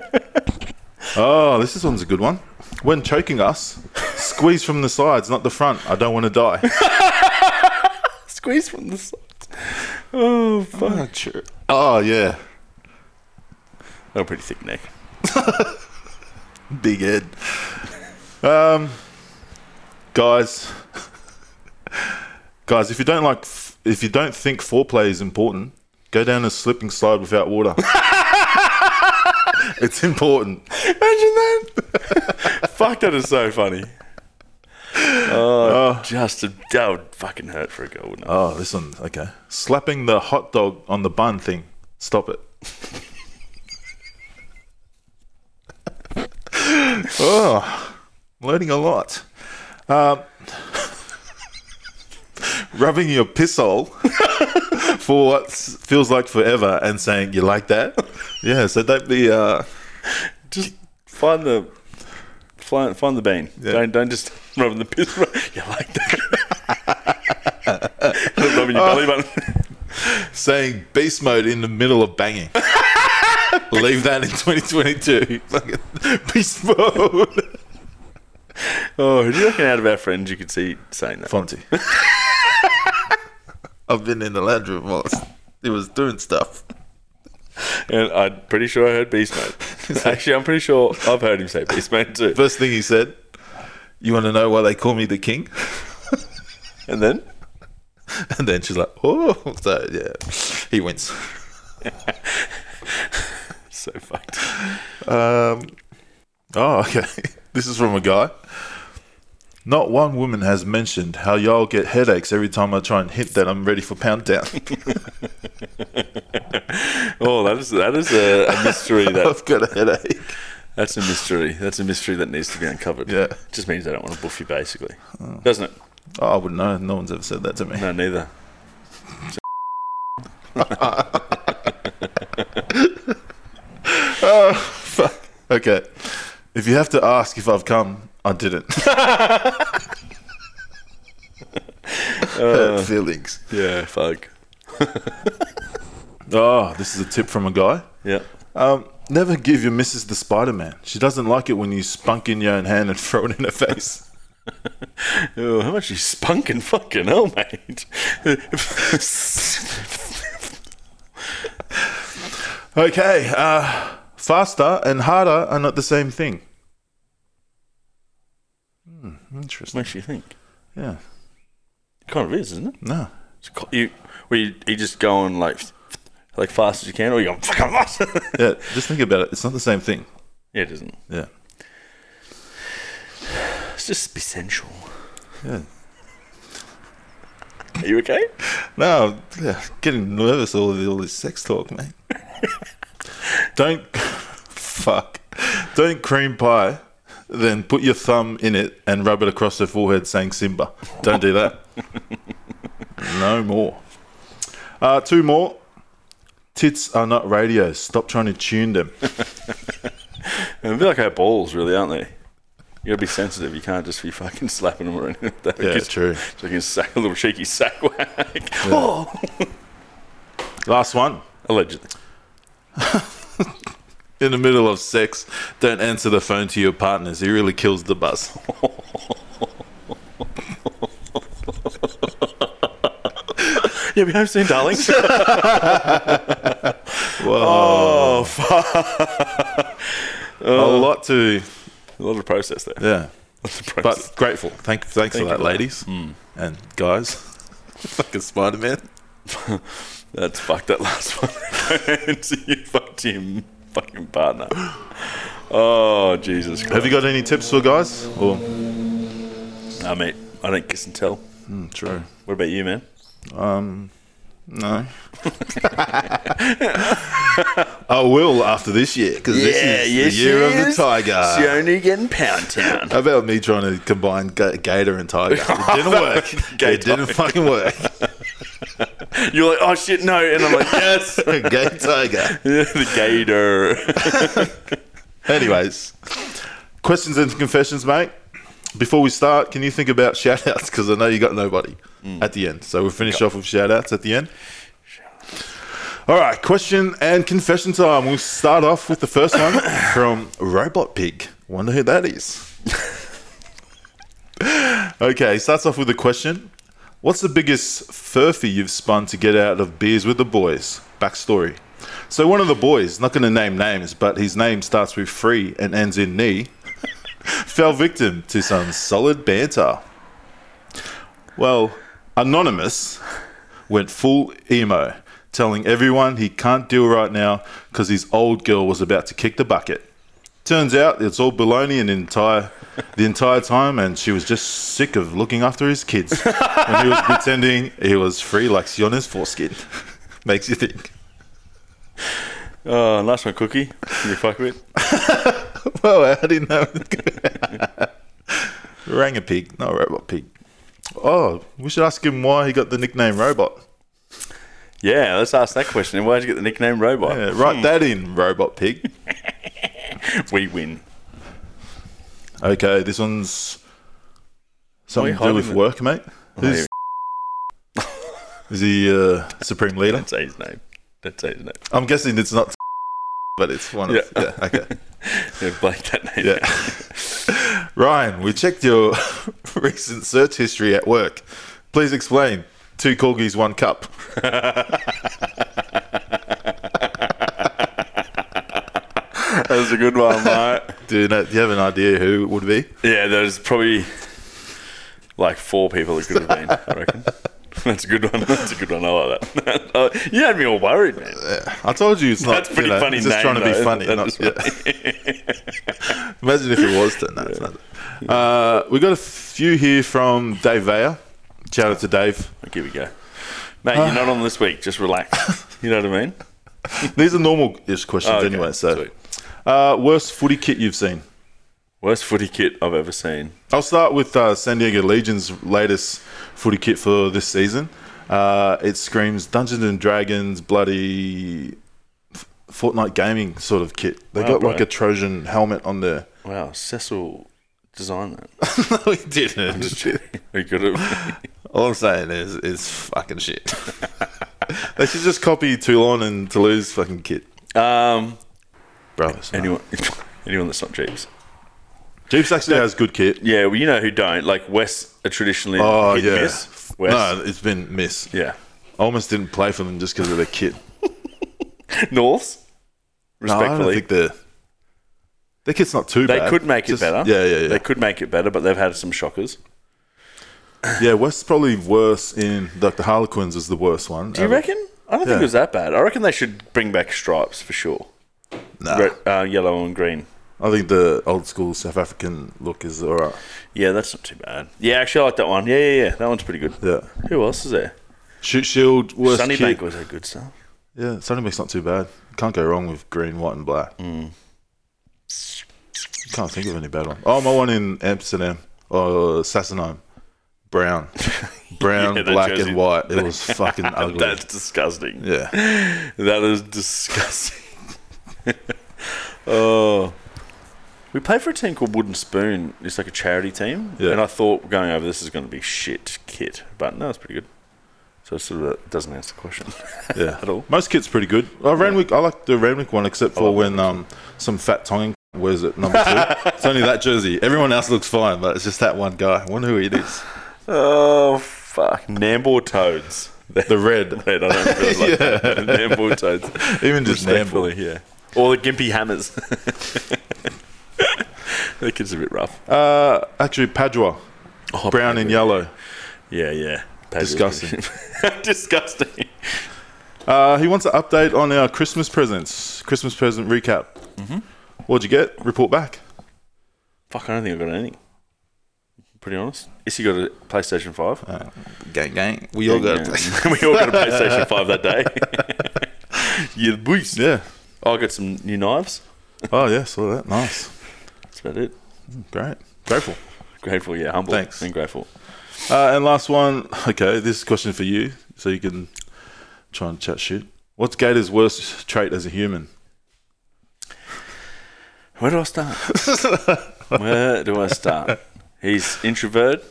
Speaker 1: that. oh, this is one's a good one. When choking us, squeeze from the sides, not the front. I don't want to die.
Speaker 2: Squeeze from the sides. Oh, fuck.
Speaker 1: oh, yeah.
Speaker 2: Oh, pretty thick neck.
Speaker 1: Big head. Um, guys, guys, if you don't like, f- if you don't think foreplay is important, go down a slipping slide without water. it's important.
Speaker 2: Imagine that. Fuck, that is so funny. Oh, just a, that would fucking hurt for a girl, wouldn't it?
Speaker 1: Oh, this one, okay. Slapping the hot dog on the bun thing. Stop it. oh, I'm learning a lot. Um, rubbing your pisshole for what s- feels like forever and saying, You like that? Yeah, so don't be. Uh,
Speaker 2: just find the find, find the bean.
Speaker 1: Yeah.
Speaker 2: Don't don't just rub in the piss. You like that? Rubbing your belly button.
Speaker 1: saying beast mode in the middle of banging. Leave that in 2022. Fucking beast mode.
Speaker 2: Oh, who do you reckon out of our friends you could see saying that?
Speaker 1: Fonty. I've been in the lounge room whilst he was doing stuff.
Speaker 2: And I'm pretty sure I heard beast mode. Actually, I'm pretty sure I've heard him say beast mode too.
Speaker 1: First thing he said, "You want to know why they call me the king?"
Speaker 2: And then
Speaker 1: And then she's like, "Oh, so yeah, he wins."
Speaker 2: so fucked.
Speaker 1: Um, oh, okay. This is from a guy. Not one woman has mentioned how y'all get headaches every time I try and hint that I'm ready for pound down.
Speaker 2: Oh, that is that is a, a mystery. That
Speaker 1: I've got a headache.
Speaker 2: that's a mystery. That's a mystery that needs to be uncovered.
Speaker 1: Yeah.
Speaker 2: just means they don't want to buff you, basically, doesn't it?
Speaker 1: Oh, I wouldn't know. No one's ever said that to me.
Speaker 2: No, neither.
Speaker 1: Okay. If you have to ask if I've come, I didn't. Hurt feelings.
Speaker 2: Yeah, fuck.
Speaker 1: Oh, Ah, this is a tip from a guy.
Speaker 2: Yeah.
Speaker 1: Um, Never give your missus the Spider Man. She doesn't like it when you spunk in your own hand and throw it in her face.
Speaker 2: Oh, how much you spunking? Fucking hell, mate.
Speaker 1: Okay, uh, faster and harder are not the same thing. Hmm, interesting.
Speaker 2: Makes you think.
Speaker 1: Yeah.
Speaker 2: It kind of is, isn't it?
Speaker 1: No.
Speaker 2: It's co- you, where you, you just going like, like fast as you can, or you're going fucking fast.
Speaker 1: Yeah. Just think about it. It's not the same thing.
Speaker 2: yeah, it isn't.
Speaker 1: Yeah.
Speaker 2: It's just essential.
Speaker 1: Yeah.
Speaker 2: Are you okay?
Speaker 1: No, yeah, getting nervous all of all this sex talk, mate. Don't fuck. Don't cream pie, then put your thumb in it and rub it across her forehead, saying Simba. Don't do that. no more. Uh, two more. Tits are not radios. Stop trying to tune them.
Speaker 2: I feel like our balls, really, aren't they? You gotta be sensitive. You can't just be fucking slapping them or anything like that.
Speaker 1: Yeah,
Speaker 2: Just-
Speaker 1: true.
Speaker 2: So you can sack a little cheeky sack whack. Oh,
Speaker 1: Last one.
Speaker 2: allegedly.
Speaker 1: In the middle of sex, don't answer the phone to your partners. He really kills the buzz.
Speaker 2: Yeah, we have seen, darling.
Speaker 1: Whoa. Oh, fuck. A lot to.
Speaker 2: a lot of process there.
Speaker 1: Yeah.
Speaker 2: Lots of process.
Speaker 1: But grateful. Thank, thanks
Speaker 2: Thank
Speaker 1: for that,
Speaker 2: you. Hmm.
Speaker 1: ladies and guys. Fucking Spider Man.
Speaker 2: That's fucked that last one. so you fucked him fucking partner. Oh Jesus Christ.
Speaker 1: Have you got any tips for guys? Or
Speaker 2: I mean, I don't kiss and tell.
Speaker 1: Hmm, true.
Speaker 2: What about you, man?
Speaker 1: um, No. I will after this year because this is the year of the tiger.
Speaker 2: She only getting pound town.
Speaker 1: How about me trying to combine ga- gator and tiger? It didn't work. it
Speaker 2: Gator.
Speaker 1: didn't fucking work.
Speaker 2: You're like, oh shit, no, and I'm like, yes,
Speaker 1: Gay tiger.
Speaker 2: the gator.
Speaker 1: Anyways, questions and confessions, mate. Before we start, can you think about shout outs? Because I know you got nobody at the end. So we'll finish off with shout outs at the end. All right, question and confession time. We'll start off with the first one from Robot Pig. Wonder who that is. okay, starts off with a question. What's the biggest furphy you've spun to get out of beers with the boys? Backstory. So one of the boys, not going to name names, but his name starts with free and ends in knee, fell victim to some solid banter. Well, anonymous went full emo, telling everyone he can't deal right now because his old girl was about to kick the bucket. Turns out it's all baloney and entire the entire time, and she was just sick of looking after his kids when he was pretending he was free like Siona's foreskin. Makes you think.
Speaker 2: Oh, last one, cookie. You fuck with.
Speaker 1: Well, I didn't know. Rang a pig, not robot pig. Oh, we should ask him why he got the nickname robot.
Speaker 2: Yeah, let's ask that question. Why would you get the nickname Robot?
Speaker 1: Yeah, write that in, robot pig.
Speaker 2: We win.
Speaker 1: Okay, this one's something
Speaker 2: Why
Speaker 1: to do with
Speaker 2: hiding it?
Speaker 1: work, mate. Who's is he uh, supreme leader?
Speaker 2: Don't say his name. Don't say his name.
Speaker 1: I'm guessing it's not, but it's one. Of, yeah. Okay.
Speaker 2: Yeah, Blake that name. out.
Speaker 1: Yeah. Ryan, we checked your recent search history at work. Please explain. Two corgis, one cup.
Speaker 2: That was a good one, mate.
Speaker 1: Do you, know, do you have an idea who it would be?
Speaker 2: Yeah, there's probably like four people it could have been, I reckon. That's a good one. That's a good one. I like that. Uh, you had me all worried, man.
Speaker 1: I told you it's not.
Speaker 2: That's pretty
Speaker 1: you know,
Speaker 2: funny
Speaker 1: Just
Speaker 2: name,
Speaker 1: trying to be
Speaker 2: though.
Speaker 1: funny.
Speaker 2: That
Speaker 1: not-
Speaker 2: is
Speaker 1: yeah. Imagine if it was. Though. No, it's not. Uh, we got a few here from Dave Vayer. Shout out to Dave.
Speaker 2: Okay, here we go. Mate, you're not on this week. Just relax. You know what I mean?
Speaker 1: These are normal-ish questions
Speaker 2: Oh, okay.
Speaker 1: anyway. So,
Speaker 2: Sweet.
Speaker 1: uh, worst footy kit you've seen?
Speaker 2: Worst footy kit I've ever seen.
Speaker 1: I'll start with uh, San Diego Legion's latest footy kit for this season. Uh, it screams Dungeons and Dragons, bloody F- Fortnite gaming sort of kit. They got
Speaker 2: bro.
Speaker 1: like a Trojan helmet on there.
Speaker 2: Wow, Cecil designed that.
Speaker 1: no, we didn't.
Speaker 2: We could have.
Speaker 1: All I'm saying is, it's fucking shit. they should just copy Toulon and Toulouse fucking kit.
Speaker 2: Um,
Speaker 1: bro. it's not.
Speaker 2: Anyone, anyone that's not Jeeps.
Speaker 1: Jeeps actually has good kit.
Speaker 2: Yeah, well, you know who don't. Like West are traditionally
Speaker 1: Oh
Speaker 2: hit
Speaker 1: yeah,
Speaker 2: and miss. West.
Speaker 1: no, it's been miss.
Speaker 2: Yeah.
Speaker 1: I almost didn't play for them just because of their kit.
Speaker 2: Norths.
Speaker 1: No, I don't
Speaker 2: Respectfully.
Speaker 1: think their their kit's not too
Speaker 2: they
Speaker 1: bad.
Speaker 2: could make it
Speaker 1: Just-
Speaker 2: better.
Speaker 1: Yeah, yeah, yeah.
Speaker 2: They could make it better, but they've had some shockers.
Speaker 1: Yeah, West's probably worse in like the Harlequins is the worst one.
Speaker 2: Do you reckon? I don't think
Speaker 1: yeah.
Speaker 2: it was that bad. I reckon they should bring back stripes for sure.
Speaker 1: Nah.
Speaker 2: Red, uh, yellow and green.
Speaker 1: I think the old school South African look is alright.
Speaker 2: Yeah, that's not too bad. Yeah, actually, I like that one. Yeah, yeah, yeah. That one's pretty good.
Speaker 1: Yeah.
Speaker 2: Who else is there?
Speaker 1: Shoot Shield, worst
Speaker 2: Sunny
Speaker 1: kit.
Speaker 2: Bank was a good stuff.
Speaker 1: Yeah, Sunnybank's not too bad. Can't go wrong with green, white, and black.
Speaker 2: Hmm.
Speaker 1: Can't think of any bad one. Oh, my one in Amsterdam or Sassenheim, brown, brown,
Speaker 2: Yeah, that
Speaker 1: black,
Speaker 2: jersey-
Speaker 1: and white. It was fucking ugly.
Speaker 2: That's disgusting.
Speaker 1: yeah,
Speaker 2: That is disgusting. oh. We played for a team called Wooden Spoon. It's like a charity team.
Speaker 1: Yeah.
Speaker 2: And I thought going over this is going to be shit kit, but no, it's pretty good. So it sort of that doesn't answer the question
Speaker 1: yeah.
Speaker 2: at all.
Speaker 1: Most kits pretty good. Uh, Randwick, I like the Randwick one, except for when um, some fat Tongan wears it number two. it's only that jersey. Everyone else looks fine, but it's just that one guy. I wonder who it is.
Speaker 2: Oh, fuck. Nambour Toads.
Speaker 1: The red,
Speaker 2: Wait, I don't feel like that. Nambour Toads.
Speaker 1: even just
Speaker 2: Respectfully,
Speaker 1: Namble.
Speaker 2: yeah. Or the Gimpy Hammers. that kid's a bit rough.
Speaker 1: Uh, actually, Padua,
Speaker 2: Oh,
Speaker 1: brown and yellow.
Speaker 2: Yeah, yeah.
Speaker 1: Disgusting.
Speaker 2: Disgusting.
Speaker 1: Uh, he wants an update on our Christmas presents. Christmas present recap. Mm-hmm. What'd you get? Report back.
Speaker 2: Fuck, I don't think I got any. Pretty honest. Issy got a PlayStation 5.
Speaker 1: Uh, Gang, gang. We all got
Speaker 2: Yeah. we all got a PlayStation 5 that day. yeah, boys.
Speaker 1: Yeah.
Speaker 2: I got some new knives.
Speaker 1: Oh, yeah, saw that. Nice.
Speaker 2: That's about it.
Speaker 1: Great. Grateful.
Speaker 2: Grateful, yeah. Humble.
Speaker 1: Thanks.
Speaker 2: And grateful.
Speaker 1: Uh, and last one. Okay, this is a question for you, so you can try and chat shit. What's Gator's worst trait as a human?
Speaker 2: Where do I start? Where do I start? He's introvert.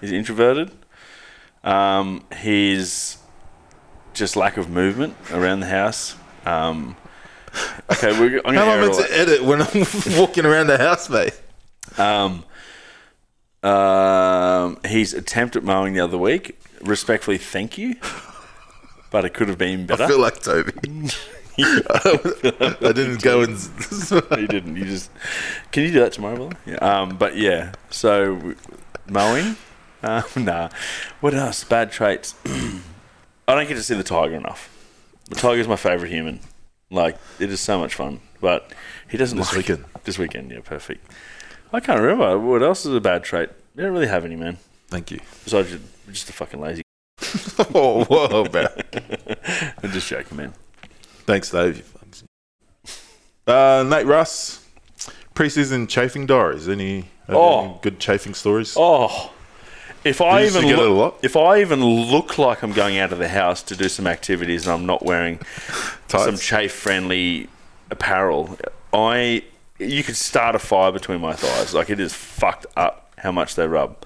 Speaker 2: He's introverted. Um, he's just lack of movement around the house. Um, okay, we're, I'm
Speaker 1: How am I
Speaker 2: going
Speaker 1: meant to edit when I'm walking around the house, mate?
Speaker 2: Um, um, he's attempt at mowing the other week. Respectfully, thank you, but it could have been better.
Speaker 1: I feel like Toby. I didn't go and.
Speaker 2: you didn't. You just can you do that tomorrow, Will? Yeah. Um, but yeah, so w- mowing. Um, nah. What else? Bad traits. I don't get to see the tiger enough. The tiger's my favourite human. Like it is so much fun, but he doesn't.
Speaker 1: This
Speaker 2: like-
Speaker 1: weekend.
Speaker 2: This weekend, yeah, perfect. I can't remember what else is a bad trait. I don't really have any, man.
Speaker 1: Thank you.
Speaker 2: Besides, you're just a fucking lazy.
Speaker 1: Oh, whoa, bro.
Speaker 2: I'm just joking, man.
Speaker 1: Thanks, Dave. Uh, Nate Russ, preseason chafing diaries. Any, have you
Speaker 2: Oh.
Speaker 1: any good chafing stories?
Speaker 2: Oh, if
Speaker 1: you
Speaker 2: I
Speaker 1: used to
Speaker 2: even
Speaker 1: get it a lot?
Speaker 2: look, if I even look like I'm going out of the house to do some activities and I'm not wearing
Speaker 1: Tights.
Speaker 2: some chafe friendly apparel, I you could start a fire between my thighs. Like it is fucked up how much they rub,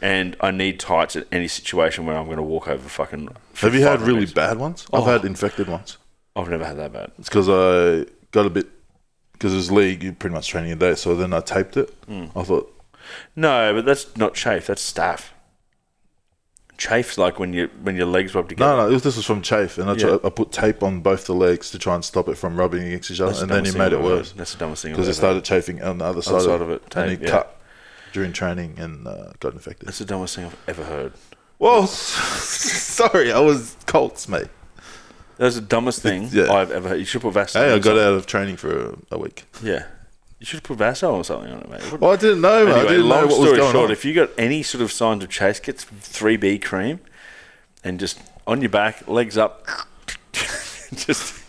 Speaker 2: and I need tights at any situation where I'm going to walk over fucking.
Speaker 1: have you had
Speaker 2: five
Speaker 1: really
Speaker 2: minutes.
Speaker 1: bad ones?
Speaker 2: Oh.
Speaker 1: I've had infected ones.
Speaker 2: I've never had that bad.
Speaker 1: It's because I got a bit because it was league. You're pretty much training a day, so then I taped it.
Speaker 2: Hmm.
Speaker 1: I thought,
Speaker 2: No, but that's not chafe. That's staff. Chafe's like when you when your legs rub together.
Speaker 1: no, no, it was, this was from chafe, and I,
Speaker 2: Yeah.
Speaker 1: tr- I put tape on both the legs to try and stop it from rubbing against each other,
Speaker 2: That's
Speaker 1: and
Speaker 2: the
Speaker 1: then it
Speaker 2: dumbest
Speaker 1: made
Speaker 2: thing
Speaker 1: it
Speaker 2: I've ever
Speaker 1: worse
Speaker 2: heard. That's the dumbest thing I've
Speaker 1: because it
Speaker 2: ever heard.
Speaker 1: started chafing on the other side,
Speaker 2: side of it,
Speaker 1: and
Speaker 2: tape,
Speaker 1: it
Speaker 2: yeah.
Speaker 1: cut during training and uh, got infected.
Speaker 2: That's the dumbest thing I've ever heard.
Speaker 1: Well, sorry, I was Colts, mate.
Speaker 2: That was the dumbest thing
Speaker 1: Yeah.
Speaker 2: I've ever heard. You should put Vaseline.
Speaker 1: Hey, I
Speaker 2: on
Speaker 1: got
Speaker 2: something.
Speaker 1: out of training for a week.
Speaker 2: Yeah. You should put Vaseline or something on it, mate.
Speaker 1: Well, I didn't know, mate. I
Speaker 2: Anyway,
Speaker 1: didn't know
Speaker 2: long
Speaker 1: what was
Speaker 2: story
Speaker 1: going
Speaker 2: short,
Speaker 1: on.
Speaker 2: if you got any sort of signs of chase, get some 3B cream and just on your back, legs up, just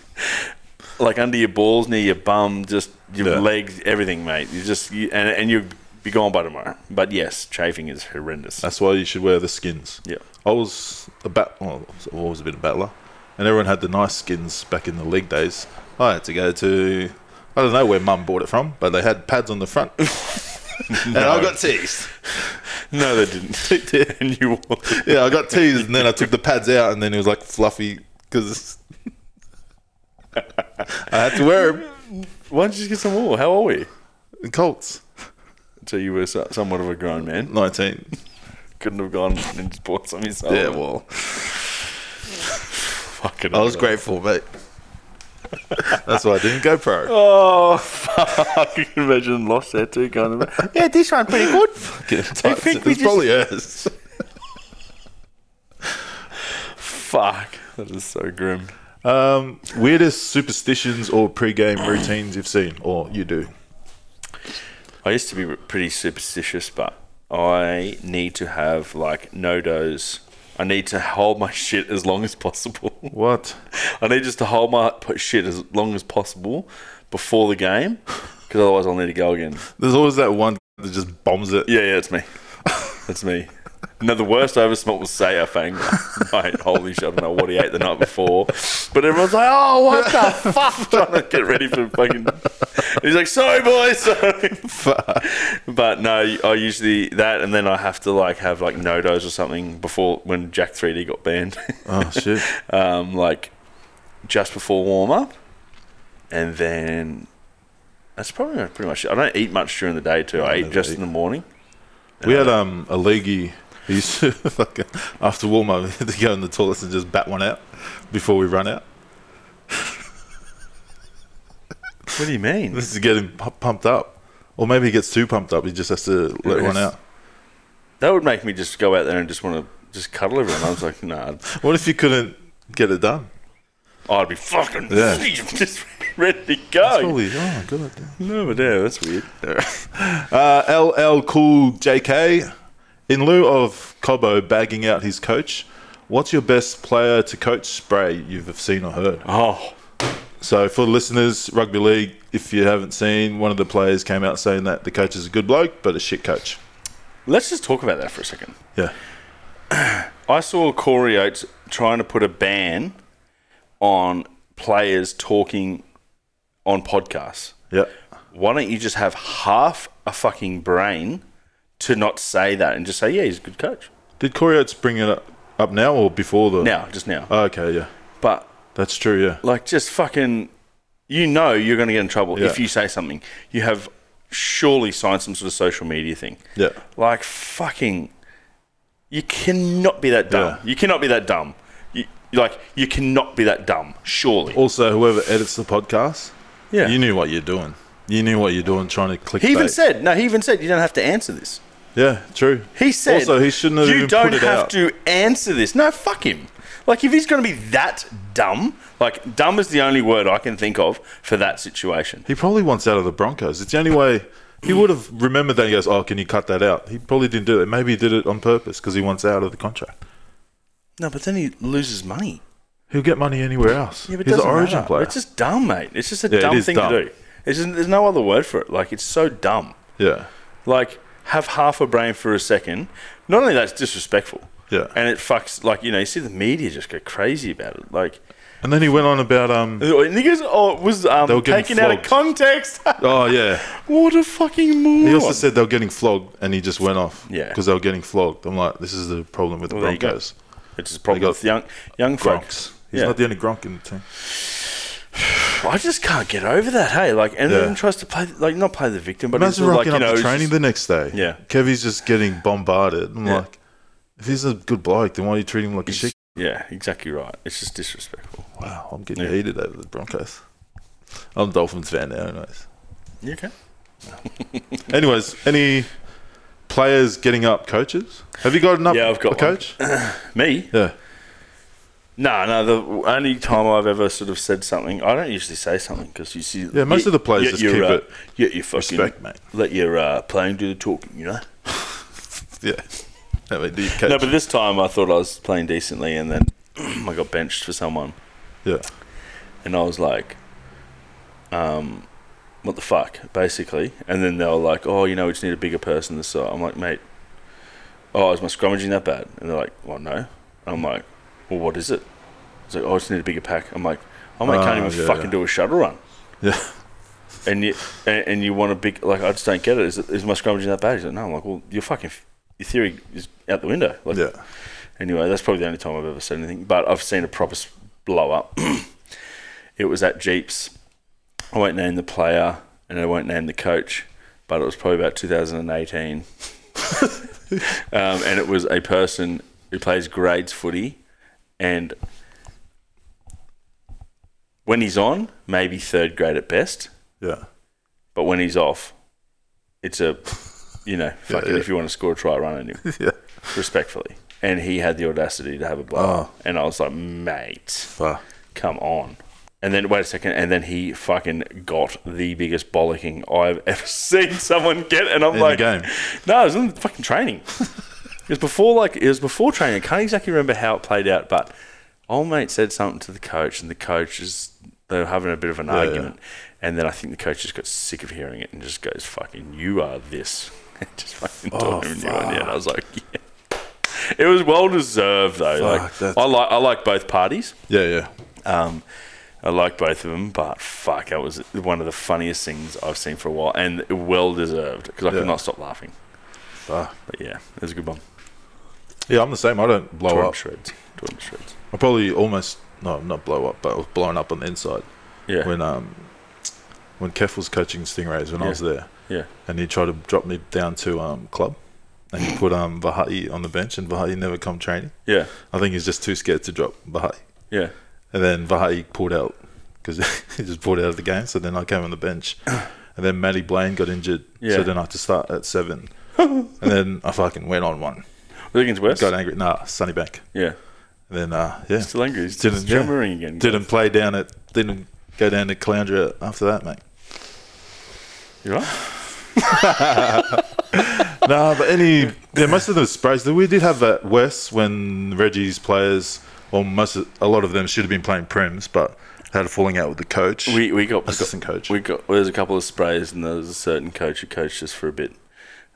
Speaker 2: like under your balls, near your bum, just your
Speaker 1: Yeah.
Speaker 2: legs, everything, mate. You just you, and and you'll be gone by tomorrow. But yes, chafing is horrendous.
Speaker 1: That's why you should wear the skins.
Speaker 2: yeah.
Speaker 1: I was a bat. Well, I was always a bit of a battler, and everyone had the nice skins back in the league days. I had to go to. I don't know where Mum bought it from, but they had pads on the front, and I got teased.
Speaker 2: No, they didn't. and you walked
Speaker 1: Yeah, I got teased, and then I took the pads out, and then it was like fluffy because I had to wear them.
Speaker 2: Why don't you just get some more? How old were you?
Speaker 1: Colts.
Speaker 2: So you were so- somewhat of a grown man.
Speaker 1: 19.
Speaker 2: Couldn't have gone and just bought some yourself.
Speaker 1: Yeah, well,
Speaker 2: fucking.
Speaker 1: I was grateful, mate. That's why I didn't go pro.
Speaker 2: Oh fuck! You can imagine lost there too, kind of. Yeah, this one pretty good. I think
Speaker 1: it's
Speaker 2: we just-
Speaker 1: probably hers.
Speaker 2: Fuck, that is so grim.
Speaker 1: Um, weirdest superstitions or pre-game routines you've seen, or you do?
Speaker 2: I used to be pretty superstitious, but I need to have like no dos. I need to hold my shit as long as possible.
Speaker 1: What?
Speaker 2: I need just to hold my p- shit as long as possible before the game, because otherwise I'll need to go again.
Speaker 1: There's always that one that just bombs it.
Speaker 2: Yeah, yeah, it's me. That's me. No, the worst I ever smelt was Sayaf anger. Mate, holy shit, I don't know what he ate the night before. But everyone's like, oh, what the fuck? Trying to get ready for fucking. He's like, sorry, boys, sorry. Fuck. But no, I usually that, and then I have to like have like no dos or something before when Jack 3D got banned.
Speaker 1: Oh shit!
Speaker 2: um, like just before warm up, and then that's probably pretty much it. I don't eat much during the day too. I eat
Speaker 1: never
Speaker 2: just
Speaker 1: eat.
Speaker 2: in the morning.
Speaker 1: We had um a leaguey. He used to fucking after warm up, he had to go in the toilets and just bat one out before we run out.
Speaker 2: What do you mean?
Speaker 1: This is getting pu- pumped up, or maybe he gets too pumped up. He just has to let one out.
Speaker 2: That would make me just go out there and just want to just cuddle everyone. I was like, nah,
Speaker 1: What if you couldn't get it done?
Speaker 2: I'd be fucking
Speaker 1: Yeah.
Speaker 2: just ready to go.
Speaker 1: Holy, oh, good idea.
Speaker 2: no, but yeah, that's weird.
Speaker 1: Uh, LL Cool JK, in lieu of Cobo bagging out his coach, what's your best player to coach spray you've seen or heard?
Speaker 2: Oh,
Speaker 1: So, for listeners, rugby league, if you haven't seen, one of the players came out saying that the coach is a good bloke, but a shit coach.
Speaker 2: let's just talk about that for a second.
Speaker 1: Yeah.
Speaker 2: I saw Corey Oates trying to put a ban on players talking on podcasts.
Speaker 1: Yeah.
Speaker 2: Why don't you just have half a fucking brain to not say that and just say, yeah, he's a good coach?
Speaker 1: Did Corey Oates bring it up, up now or before the.
Speaker 2: Now, just now.
Speaker 1: Oh, okay, yeah.
Speaker 2: but
Speaker 1: That's true, yeah.
Speaker 2: like just fucking you know you're going to get in trouble
Speaker 1: Yeah.
Speaker 2: if you say something you have surely signed some sort of social media thing
Speaker 1: Yeah.
Speaker 2: like fucking you cannot be that dumb
Speaker 1: Yeah.
Speaker 2: you cannot be that dumb you, like you cannot be that dumb surely
Speaker 1: Also, whoever edits the podcast,
Speaker 2: yeah
Speaker 1: you knew what you're doing. You knew what you're doing trying to click
Speaker 2: he even said no he even said you don't have to answer this
Speaker 1: Yeah, true.
Speaker 2: he said
Speaker 1: Also, he shouldn't have
Speaker 2: you
Speaker 1: even
Speaker 2: don't
Speaker 1: put it
Speaker 2: have
Speaker 1: out.
Speaker 2: to answer this no fuck him like if he's going to be that dumb like dumb is the only word i can think of for that situation
Speaker 1: He probably wants out of the Broncos. It's the only way he would have remembered that. He goes, "Oh, can you cut that out?" He probably didn't do that. Maybe he did it on purpose because he wants out of the contract.
Speaker 2: no but then he loses money
Speaker 1: He'll get money anywhere else.
Speaker 2: Yeah, but it
Speaker 1: He's an
Speaker 2: doesn't
Speaker 1: Origin
Speaker 2: matter.
Speaker 1: player.
Speaker 2: It's just dumb, mate. It's just a
Speaker 1: Yeah, it
Speaker 2: dumb
Speaker 1: is
Speaker 2: thing
Speaker 1: dumb.
Speaker 2: to do. It's just, there's no other word for it. Like it's so dumb.
Speaker 1: yeah,
Speaker 2: Like have half a brain for a second. Not only that's disrespectful.
Speaker 1: Yeah.
Speaker 2: And it fucks like you know you see the media just go crazy about it. Like
Speaker 1: and then he went on about um.
Speaker 2: and he goes, oh, it was
Speaker 1: They were
Speaker 2: um,
Speaker 1: getting
Speaker 2: taken out of
Speaker 1: flogged.
Speaker 2: context.
Speaker 1: Oh yeah.
Speaker 2: what a fucking moron.
Speaker 1: He also said they were getting flogged, and he just went off.
Speaker 2: Yeah.
Speaker 1: because they were getting flogged. I'm like, this is the problem with the
Speaker 2: there you go.
Speaker 1: Broncos.
Speaker 2: it's just probably
Speaker 1: they got
Speaker 2: with young young folks.
Speaker 1: Gronks. He's
Speaker 2: Yeah.
Speaker 1: not the only Gronk in the team.
Speaker 2: I just can't get over that. Hey, like and
Speaker 1: Yeah.
Speaker 2: then tries to play like not play the victim, but he's
Speaker 1: Imagine
Speaker 2: all, like
Speaker 1: rocking
Speaker 2: you
Speaker 1: up
Speaker 2: know
Speaker 1: to
Speaker 2: he's
Speaker 1: training
Speaker 2: just-
Speaker 1: the next day.
Speaker 2: Yeah.
Speaker 1: Kevy's just getting bombarded. I'm
Speaker 2: Yeah.
Speaker 1: like, if he's a good bloke, then why are you treating him like a shit?
Speaker 2: yeah, exactly right. It's just disrespectful.
Speaker 1: Wow, I'm getting
Speaker 2: Yeah.
Speaker 1: heated over the Broncos. I'm a Dolphins fan now, anyways.
Speaker 2: You okay?
Speaker 1: Anyways, any players getting up coaches? Have you got an up
Speaker 2: Yeah, I've got
Speaker 1: a coach?
Speaker 2: Me?
Speaker 1: Yeah.
Speaker 2: No, no. The only time I've ever sort of said something, I don't usually say something because you see.
Speaker 1: Yeah, most of the players
Speaker 2: yet
Speaker 1: just
Speaker 2: your,
Speaker 1: keep
Speaker 2: uh,
Speaker 1: it
Speaker 2: Yet you fucking
Speaker 1: Respect, mate.
Speaker 2: let your uh, playing do the talking, you know.
Speaker 1: Yeah. No, but do you coach?
Speaker 2: No, but this time I thought I was playing decently, and then I got benched for someone,
Speaker 1: yeah.
Speaker 2: and I was like, um, "What the fuck?" Basically, and then they were like, "Oh, you know, we just need a bigger person." This side." I'm like, "Mate, oh, is my scrummaging that bad?" And they're like, "Well, no." I'm like, "Well, what is it?" It's like, "Oh, I just need a bigger pack." I'm like, "Oh, mate, can't
Speaker 1: Ah,
Speaker 2: even
Speaker 1: yeah,
Speaker 2: fucking
Speaker 1: yeah.
Speaker 2: do a shuttle run."
Speaker 1: Yeah.
Speaker 2: and you and, and you want a big like I just don't get it. Is, it, is my scrummaging that bad? He's like, no. I'm like, well, your fucking your theory is out the window. Like,
Speaker 1: Yeah.
Speaker 2: Anyway, that's probably the only time I've ever said anything. But I've seen a proper s- blow up. it was at Jeeps, I won't name the player and I won't name the coach, but it was probably about 2018. um, and it was a person who plays grades footy and when he's on, maybe third grade at best,
Speaker 1: Yeah.
Speaker 2: but when he's off, it's a, you know, fucking
Speaker 1: yeah.
Speaker 2: if you want to score a try, run on him
Speaker 1: Yeah.
Speaker 2: respectfully. And he had the audacity to have a blow. And I was like, mate,
Speaker 1: Fuck.
Speaker 2: come on. And then, wait a second. And then he fucking got the biggest bollocking I've ever seen someone get. And I'm
Speaker 1: In the
Speaker 2: like,
Speaker 1: game.
Speaker 2: no, it was in fucking training. it was before, like, it was before training. I can't exactly remember how it played out, but old mate said something to the coach, and the coach is, they were having a bit of an argument. And then I think the coach just got sick of hearing it and just goes, fucking, you are this. And just fucking
Speaker 1: Oh,
Speaker 2: tore him a new one. Yeah, And I was like, yeah. It was well deserved though.
Speaker 1: Fuck,
Speaker 2: like
Speaker 1: that's-
Speaker 2: I like I like both parties.
Speaker 1: Yeah, yeah.
Speaker 2: Um, I like both of them, but fuck, that was one of the funniest things I've seen for a while, and well deserved because I
Speaker 1: Yeah.
Speaker 2: could not stop laughing.
Speaker 1: Fuck.
Speaker 2: But yeah, it was a good one.
Speaker 1: Yeah, I'm the same. I don't blow
Speaker 2: Tore him
Speaker 1: up.
Speaker 2: to shreds. Tore him to shreds.
Speaker 1: I probably almost no, not blow up, but I was blown up on the inside
Speaker 2: Yeah,
Speaker 1: when um when Kef was coaching Stingrays when I
Speaker 2: Yeah.
Speaker 1: was there,
Speaker 2: yeah.
Speaker 1: and he tried to drop me down to um club, and he put um Vahai on the bench, and Vahai never come training.
Speaker 2: Yeah,
Speaker 1: I think he's just too scared to drop Vahai,
Speaker 2: yeah.
Speaker 1: and then Vahai pulled out because he just pulled out of the game. So then I came on the bench, and then Matty Blaine got injured,
Speaker 2: Yeah.
Speaker 1: so then I had to start at seven, and then I fucking went on one,
Speaker 2: Was it against West?
Speaker 1: got angry. Nah, Sunnybank.
Speaker 2: Yeah,
Speaker 1: And then uh yeah,
Speaker 2: still angry. He's
Speaker 1: Didn't-
Speaker 2: just drum
Speaker 1: yeah.
Speaker 2: ring again.
Speaker 1: Didn't play down at didn't go down to Caloundra after that, mate.
Speaker 2: You right?
Speaker 1: no, but any yeah, most of the sprays that we did have at West when Reggie's players or most of, a lot of them should have been playing prims, but had a falling out with the coach.
Speaker 2: We we got
Speaker 1: assistant coach.
Speaker 2: We got well, there's a couple of sprays, and there was a certain coach who coached us for a bit,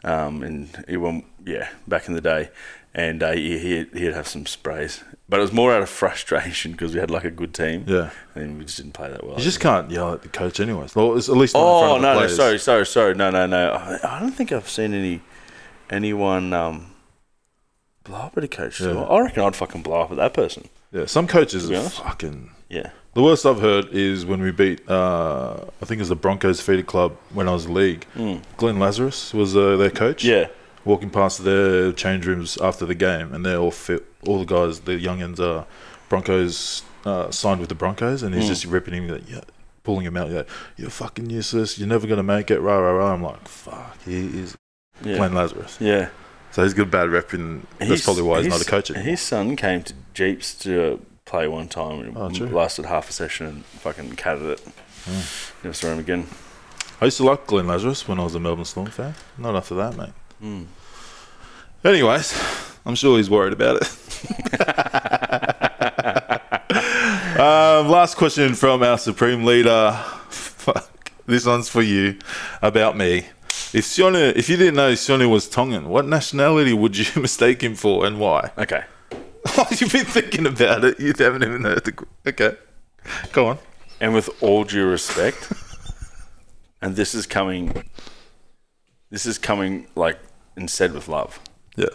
Speaker 2: um, and he won, yeah, back in the day, and uh, he he'd, he'd have some sprays, but it was more out of frustration because we had like a good team,
Speaker 1: Yeah.
Speaker 2: and we just didn't play that well.
Speaker 1: you just can't yell at the coach anyways. Well, it's at least not in front
Speaker 2: oh
Speaker 1: of the
Speaker 2: no, no,
Speaker 1: players.
Speaker 2: sorry, sorry, sorry, no, no, no. I, I don't think I've seen any anyone um, blow up at a coach.
Speaker 1: Yeah.
Speaker 2: I reckon I'd fucking blow up at that person.
Speaker 1: Yeah, some coaches
Speaker 2: be
Speaker 1: are
Speaker 2: honest.
Speaker 1: fucking
Speaker 2: Yeah,
Speaker 1: The worst I've heard is when we beat, uh, I think it was the Broncos feeder club when I was in the league. Glenn Lazarus was uh, their coach.
Speaker 2: Hmm. Yeah.
Speaker 1: Walking past their change rooms after the game, and they're all fit. All the guys, the youngins, are Broncos uh, signed with the Broncos, and he's
Speaker 2: Mm.
Speaker 1: just ripping him, like, yeah, pulling him out. Like, you're fucking useless. You're never gonna make it. Rah rah rah. I'm like, fuck. He is
Speaker 2: yeah,
Speaker 1: Glenn Lazarus.
Speaker 2: yeah.
Speaker 1: So he's got a bad rep, and that's
Speaker 2: His-
Speaker 1: probably why he's not a
Speaker 2: his-
Speaker 1: coach anymore.
Speaker 2: His son came to Jeeps to play one time and
Speaker 1: Oh, true. Hmm.
Speaker 2: lasted half a session and fucking catted it. Never saw him again.
Speaker 1: I used to like Glenn Lazarus when I was a Melbourne Storm fan. Not after that, mate.
Speaker 2: Mm.
Speaker 1: Anyways, I'm sure he's worried about it. um, last question from our supreme leader. Fuck, this one's for you about me. If Sione, if you didn't know Sione was Tongan, what nationality would you mistake him for, and why?
Speaker 2: Okay.
Speaker 1: You've been thinking about it. You haven't even heard the. qu- Okay, go on.
Speaker 2: And with all due respect, and this is coming, this is coming like and said with love.
Speaker 1: Yeah.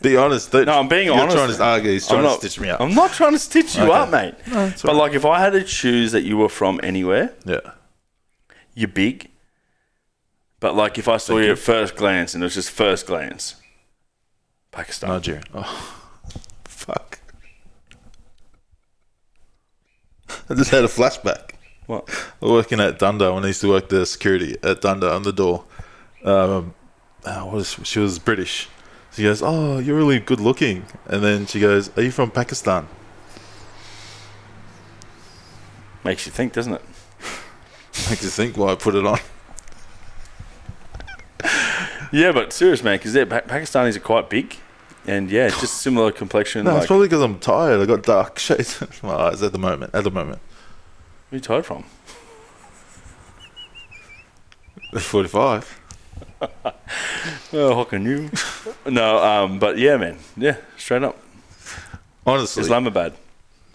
Speaker 1: Be honest. Don't,
Speaker 2: No, I'm being
Speaker 1: you're
Speaker 2: honest.
Speaker 1: trying to argue. He's trying
Speaker 2: I'm not,
Speaker 1: to stitch me up.
Speaker 2: I'm not trying to stitch you
Speaker 1: Okay.
Speaker 2: up, mate.
Speaker 1: No, it's
Speaker 2: but
Speaker 1: all right.
Speaker 2: like, if I had to choose that you were from anywhere,
Speaker 1: yeah.
Speaker 2: you're big. But like, if I saw you at first glance and it was just first glance, Pakistan.
Speaker 1: Nigeria. Oh, fuck. I just had a flashback.
Speaker 2: What?
Speaker 1: We're working at Dunder when I used to work the security at Dunder on the door. Um, uh, what is, she was British. She goes, "Oh, you're really good looking," and then she goes, "Are you from Pakistan?"
Speaker 2: Makes you think, doesn't it?
Speaker 1: Makes you think why I put it on.
Speaker 2: Yeah, but serious, man, because pa- Pakistanis are quite big, and yeah, just similar complexion.
Speaker 1: No,
Speaker 2: like,
Speaker 1: it's probably because I'm tired. I got dark shades in my eyes at the moment. At the moment,
Speaker 2: where you tired from?
Speaker 1: at 45.
Speaker 2: Oh, how can you? no, um, but yeah, man, yeah, straight up,
Speaker 1: Honestly,
Speaker 2: Islamabad,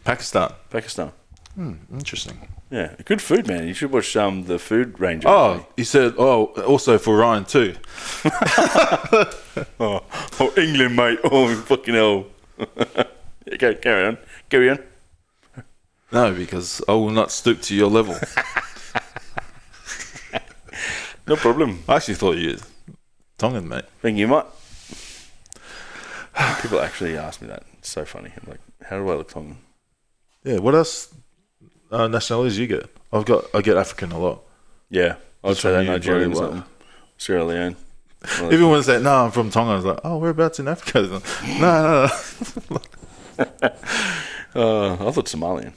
Speaker 1: Pakistan.
Speaker 2: Pakistan.
Speaker 1: Interesting.
Speaker 2: Yeah, good food, man. You should watch um, the Food Ranger.
Speaker 1: Oh, he said. Oh, also for Ryan too.
Speaker 2: oh, oh, England, mate. Oh, fucking hell. okay, carry on, carry on.
Speaker 1: No, because I will not stoop to your level.
Speaker 2: No problem.
Speaker 1: I actually thought you Tongan, mate.
Speaker 2: Think you might. People actually ask me that. It's so funny. I'm like, how do I look Tongan?
Speaker 1: Yeah, what else uh, nationalities you get? I've got I get African a lot.
Speaker 2: Yeah, I'd
Speaker 1: Just
Speaker 2: say that
Speaker 1: from you,
Speaker 2: Nigerian or
Speaker 1: bloody
Speaker 2: something. Sierra Leone. Well,
Speaker 1: Even when I say, no, I'm from Tonga, I was like, oh, whereabouts in Africa? No, no, no.
Speaker 2: uh, I thought Somalian.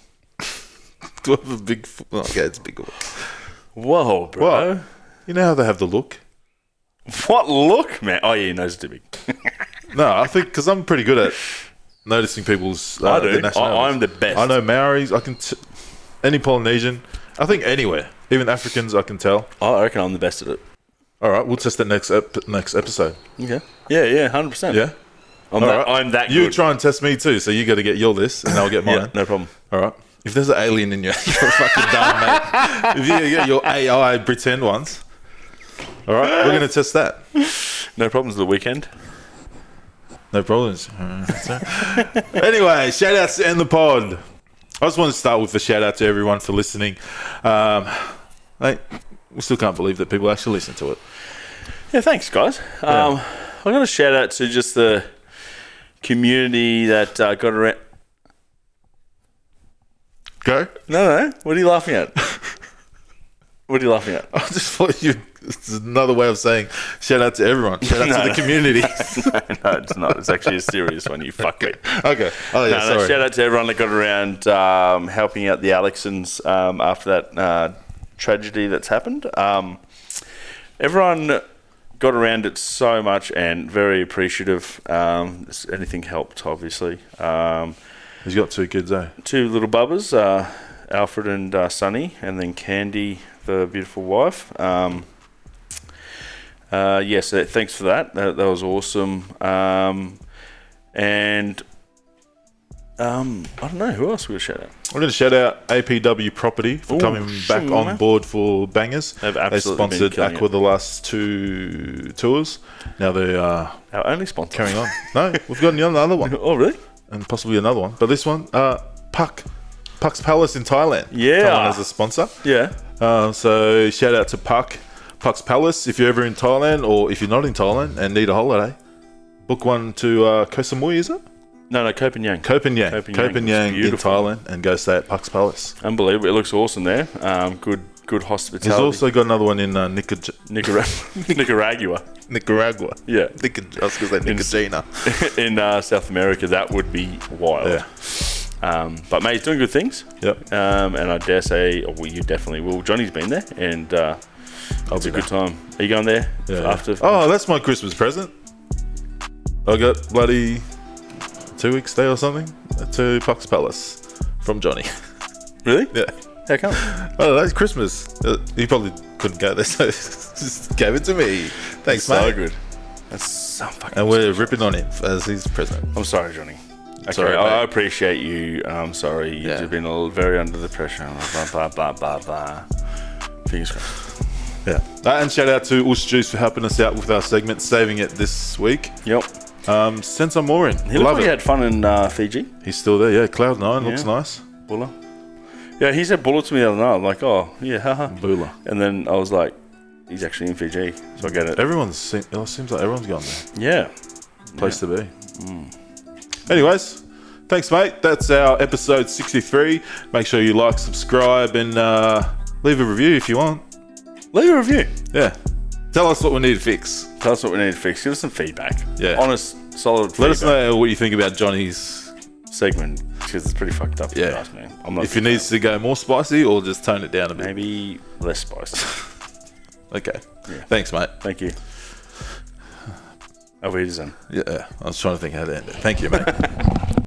Speaker 1: Do I have a big foot? Okay, it's a big one.
Speaker 2: Whoa, bro.
Speaker 1: What? You know how they have the look?
Speaker 2: What, look, man? Oh, yeah, your nose is too big.
Speaker 1: No, I think because I'm pretty good at noticing people's. Uh,
Speaker 2: I do.
Speaker 1: their
Speaker 2: I,
Speaker 1: nationalities.
Speaker 2: I'm the best.
Speaker 1: I know Maoris. I can. T- any Polynesian. I think anywhere. Even Africans, I can tell.
Speaker 2: Oh, I reckon I'm the best at it.
Speaker 1: All right, we'll test that next ep- next episode.
Speaker 2: Okay. Yeah, yeah, 100%.
Speaker 1: Yeah?
Speaker 2: I'm,
Speaker 1: All
Speaker 2: that,
Speaker 1: right.
Speaker 2: I'm that
Speaker 1: You
Speaker 2: good.
Speaker 1: try and test me too, so you got to get your list and I'll get mine.
Speaker 2: yeah, no problem.
Speaker 1: All right. If there's an alien in you, you're fucking dumb, mate. If you get your AI pretend ones, all right, we're going to test that.
Speaker 2: No problems the weekend.
Speaker 1: No problems. anyway, shout outs to end the pod. I just want to start with a shout out to everyone for listening. Um, mate, we still can't believe that people actually listen to it.
Speaker 2: Yeah, thanks, guys. Um, I'm going to shout out to just the community that uh, got around.
Speaker 1: Go.
Speaker 2: No, no. What are you laughing at? what are you laughing at?
Speaker 1: I just thought you. It's another way of saying shout out to everyone. Shout out
Speaker 2: No,
Speaker 1: to the
Speaker 2: no.
Speaker 1: community.
Speaker 2: no, it's not. It's actually a serious one. You fucking.
Speaker 1: okay. Oh yeah.
Speaker 2: No, no,
Speaker 1: sorry.
Speaker 2: shout out to everyone that got around um, helping out the Alexons um, after that uh, tragedy that's happened. Um, everyone got around it so much and very appreciative. Um, s- anything helped, obviously. Um,
Speaker 1: He's got two kids, eh?
Speaker 2: two little bubbers, uh, Alfred and uh, Sunny, and then Candy, the beautiful wife. Um, uh, yeah, so thanks for that. That, that was awesome. Um, and um, I don't know who else we would shout out.
Speaker 1: I'm going to shout out APW Property for
Speaker 2: Ooh,
Speaker 1: coming back
Speaker 2: shimmer.
Speaker 1: on board for Bangers.
Speaker 2: They've
Speaker 1: They
Speaker 2: absolutely been
Speaker 1: sponsored
Speaker 2: killing
Speaker 1: Aqua
Speaker 2: it.
Speaker 1: the last two tours. Now they are
Speaker 2: Our only sponsor.
Speaker 1: carrying on. no, we've got another one
Speaker 2: Oh, really?
Speaker 1: and possibly another one. But this one, uh, Puck. Puck's Palace in Thailand.
Speaker 2: Yeah.
Speaker 1: Come on as a sponsor.
Speaker 2: Yeah.
Speaker 1: Um, so shout out to Puck. Puck's Palace. If you're ever in Thailand or if you're not in Thailand and need a holiday, book one to uh, Koh Samui, is it?
Speaker 2: No, no, Copenhagen.
Speaker 1: Copenhagen.
Speaker 2: Copenhagen.
Speaker 1: Copenhagen,
Speaker 2: It's
Speaker 1: in
Speaker 2: beautiful.
Speaker 1: Thailand and go stay at Puck's Palace.
Speaker 2: Unbelievable. It looks awesome there. Um, good, good
Speaker 1: He's
Speaker 2: hospitality.
Speaker 1: also got another one in uh, Nicoja-
Speaker 2: Nicaragua. Nicaragua.
Speaker 1: Nicaragua.
Speaker 2: Yeah.
Speaker 1: Nicod- I was going to say Nicotina.
Speaker 2: In uh, South America, that would be wild.
Speaker 1: Yeah.
Speaker 2: Um, but mate, he's doing good things.
Speaker 1: Yep.
Speaker 2: Um, and I dare say, oh, well, you definitely will. Johnny's been there, and uh, it's a good time. Are you going there
Speaker 1: Yeah.
Speaker 2: after?
Speaker 1: Oh, that's my Christmas present. I got bloody two weeks day or something to Puck's Palace from Johnny.
Speaker 2: really?
Speaker 1: Yeah.
Speaker 2: How come?
Speaker 1: Oh, that's Christmas. Uh, He probably couldn't go there, so just gave it to me. Thanks, mate.
Speaker 2: so good. That's so fucking.
Speaker 1: And we're ripping on him as his present.
Speaker 2: I'm sorry, Johnny. Okay,
Speaker 1: all right,
Speaker 2: I I
Speaker 1: mate.
Speaker 2: appreciate you. I'm sorry, you've
Speaker 1: Yeah.
Speaker 2: been a little, very under the pressure. Blah blah blah blah blah. Fingers crossed.
Speaker 1: Yeah. Uh, and shout out to Ush Juice for helping us out with our segment, saving it this week.
Speaker 2: Yep.
Speaker 1: Um, send some more in.
Speaker 2: He
Speaker 1: Love
Speaker 2: looked like
Speaker 1: it.
Speaker 2: he had fun in uh, Fiji.
Speaker 1: He's still there. Yeah, Cloud Nine looks
Speaker 2: Yeah.
Speaker 1: nice.
Speaker 2: Buller. Yeah, he said Buller to me the other night. I'm like, oh yeah, haha.
Speaker 1: Bula.
Speaker 2: And then I was like, he's actually in Fiji, so I get it.
Speaker 1: Everyone's se- oh, it seems like everyone's gone there.
Speaker 2: Yeah.
Speaker 1: Place to be. Mm. Anyways, thanks, mate. That's our episode sixty-three. Make sure you like, subscribe, and uh, leave a review if you want.
Speaker 2: Leave a review.
Speaker 1: Yeah, tell us what we need to fix.
Speaker 2: Tell us what we need to fix. Give us some feedback.
Speaker 1: Yeah.
Speaker 2: Honest, solid
Speaker 1: Let
Speaker 2: feedback
Speaker 1: us know what you think about Johnny's. segment.
Speaker 2: because it's pretty fucked up. if you
Speaker 1: Yeah.
Speaker 2: ask me. I'm not.
Speaker 1: If it needs to go more spicy or just tone it down a bit.
Speaker 2: maybe less spice.
Speaker 1: Okay. Thanks, mate.
Speaker 2: Thank you. Auf Wiedersehen.
Speaker 1: Yeah, I was trying to think how to end it. Thank you, mate.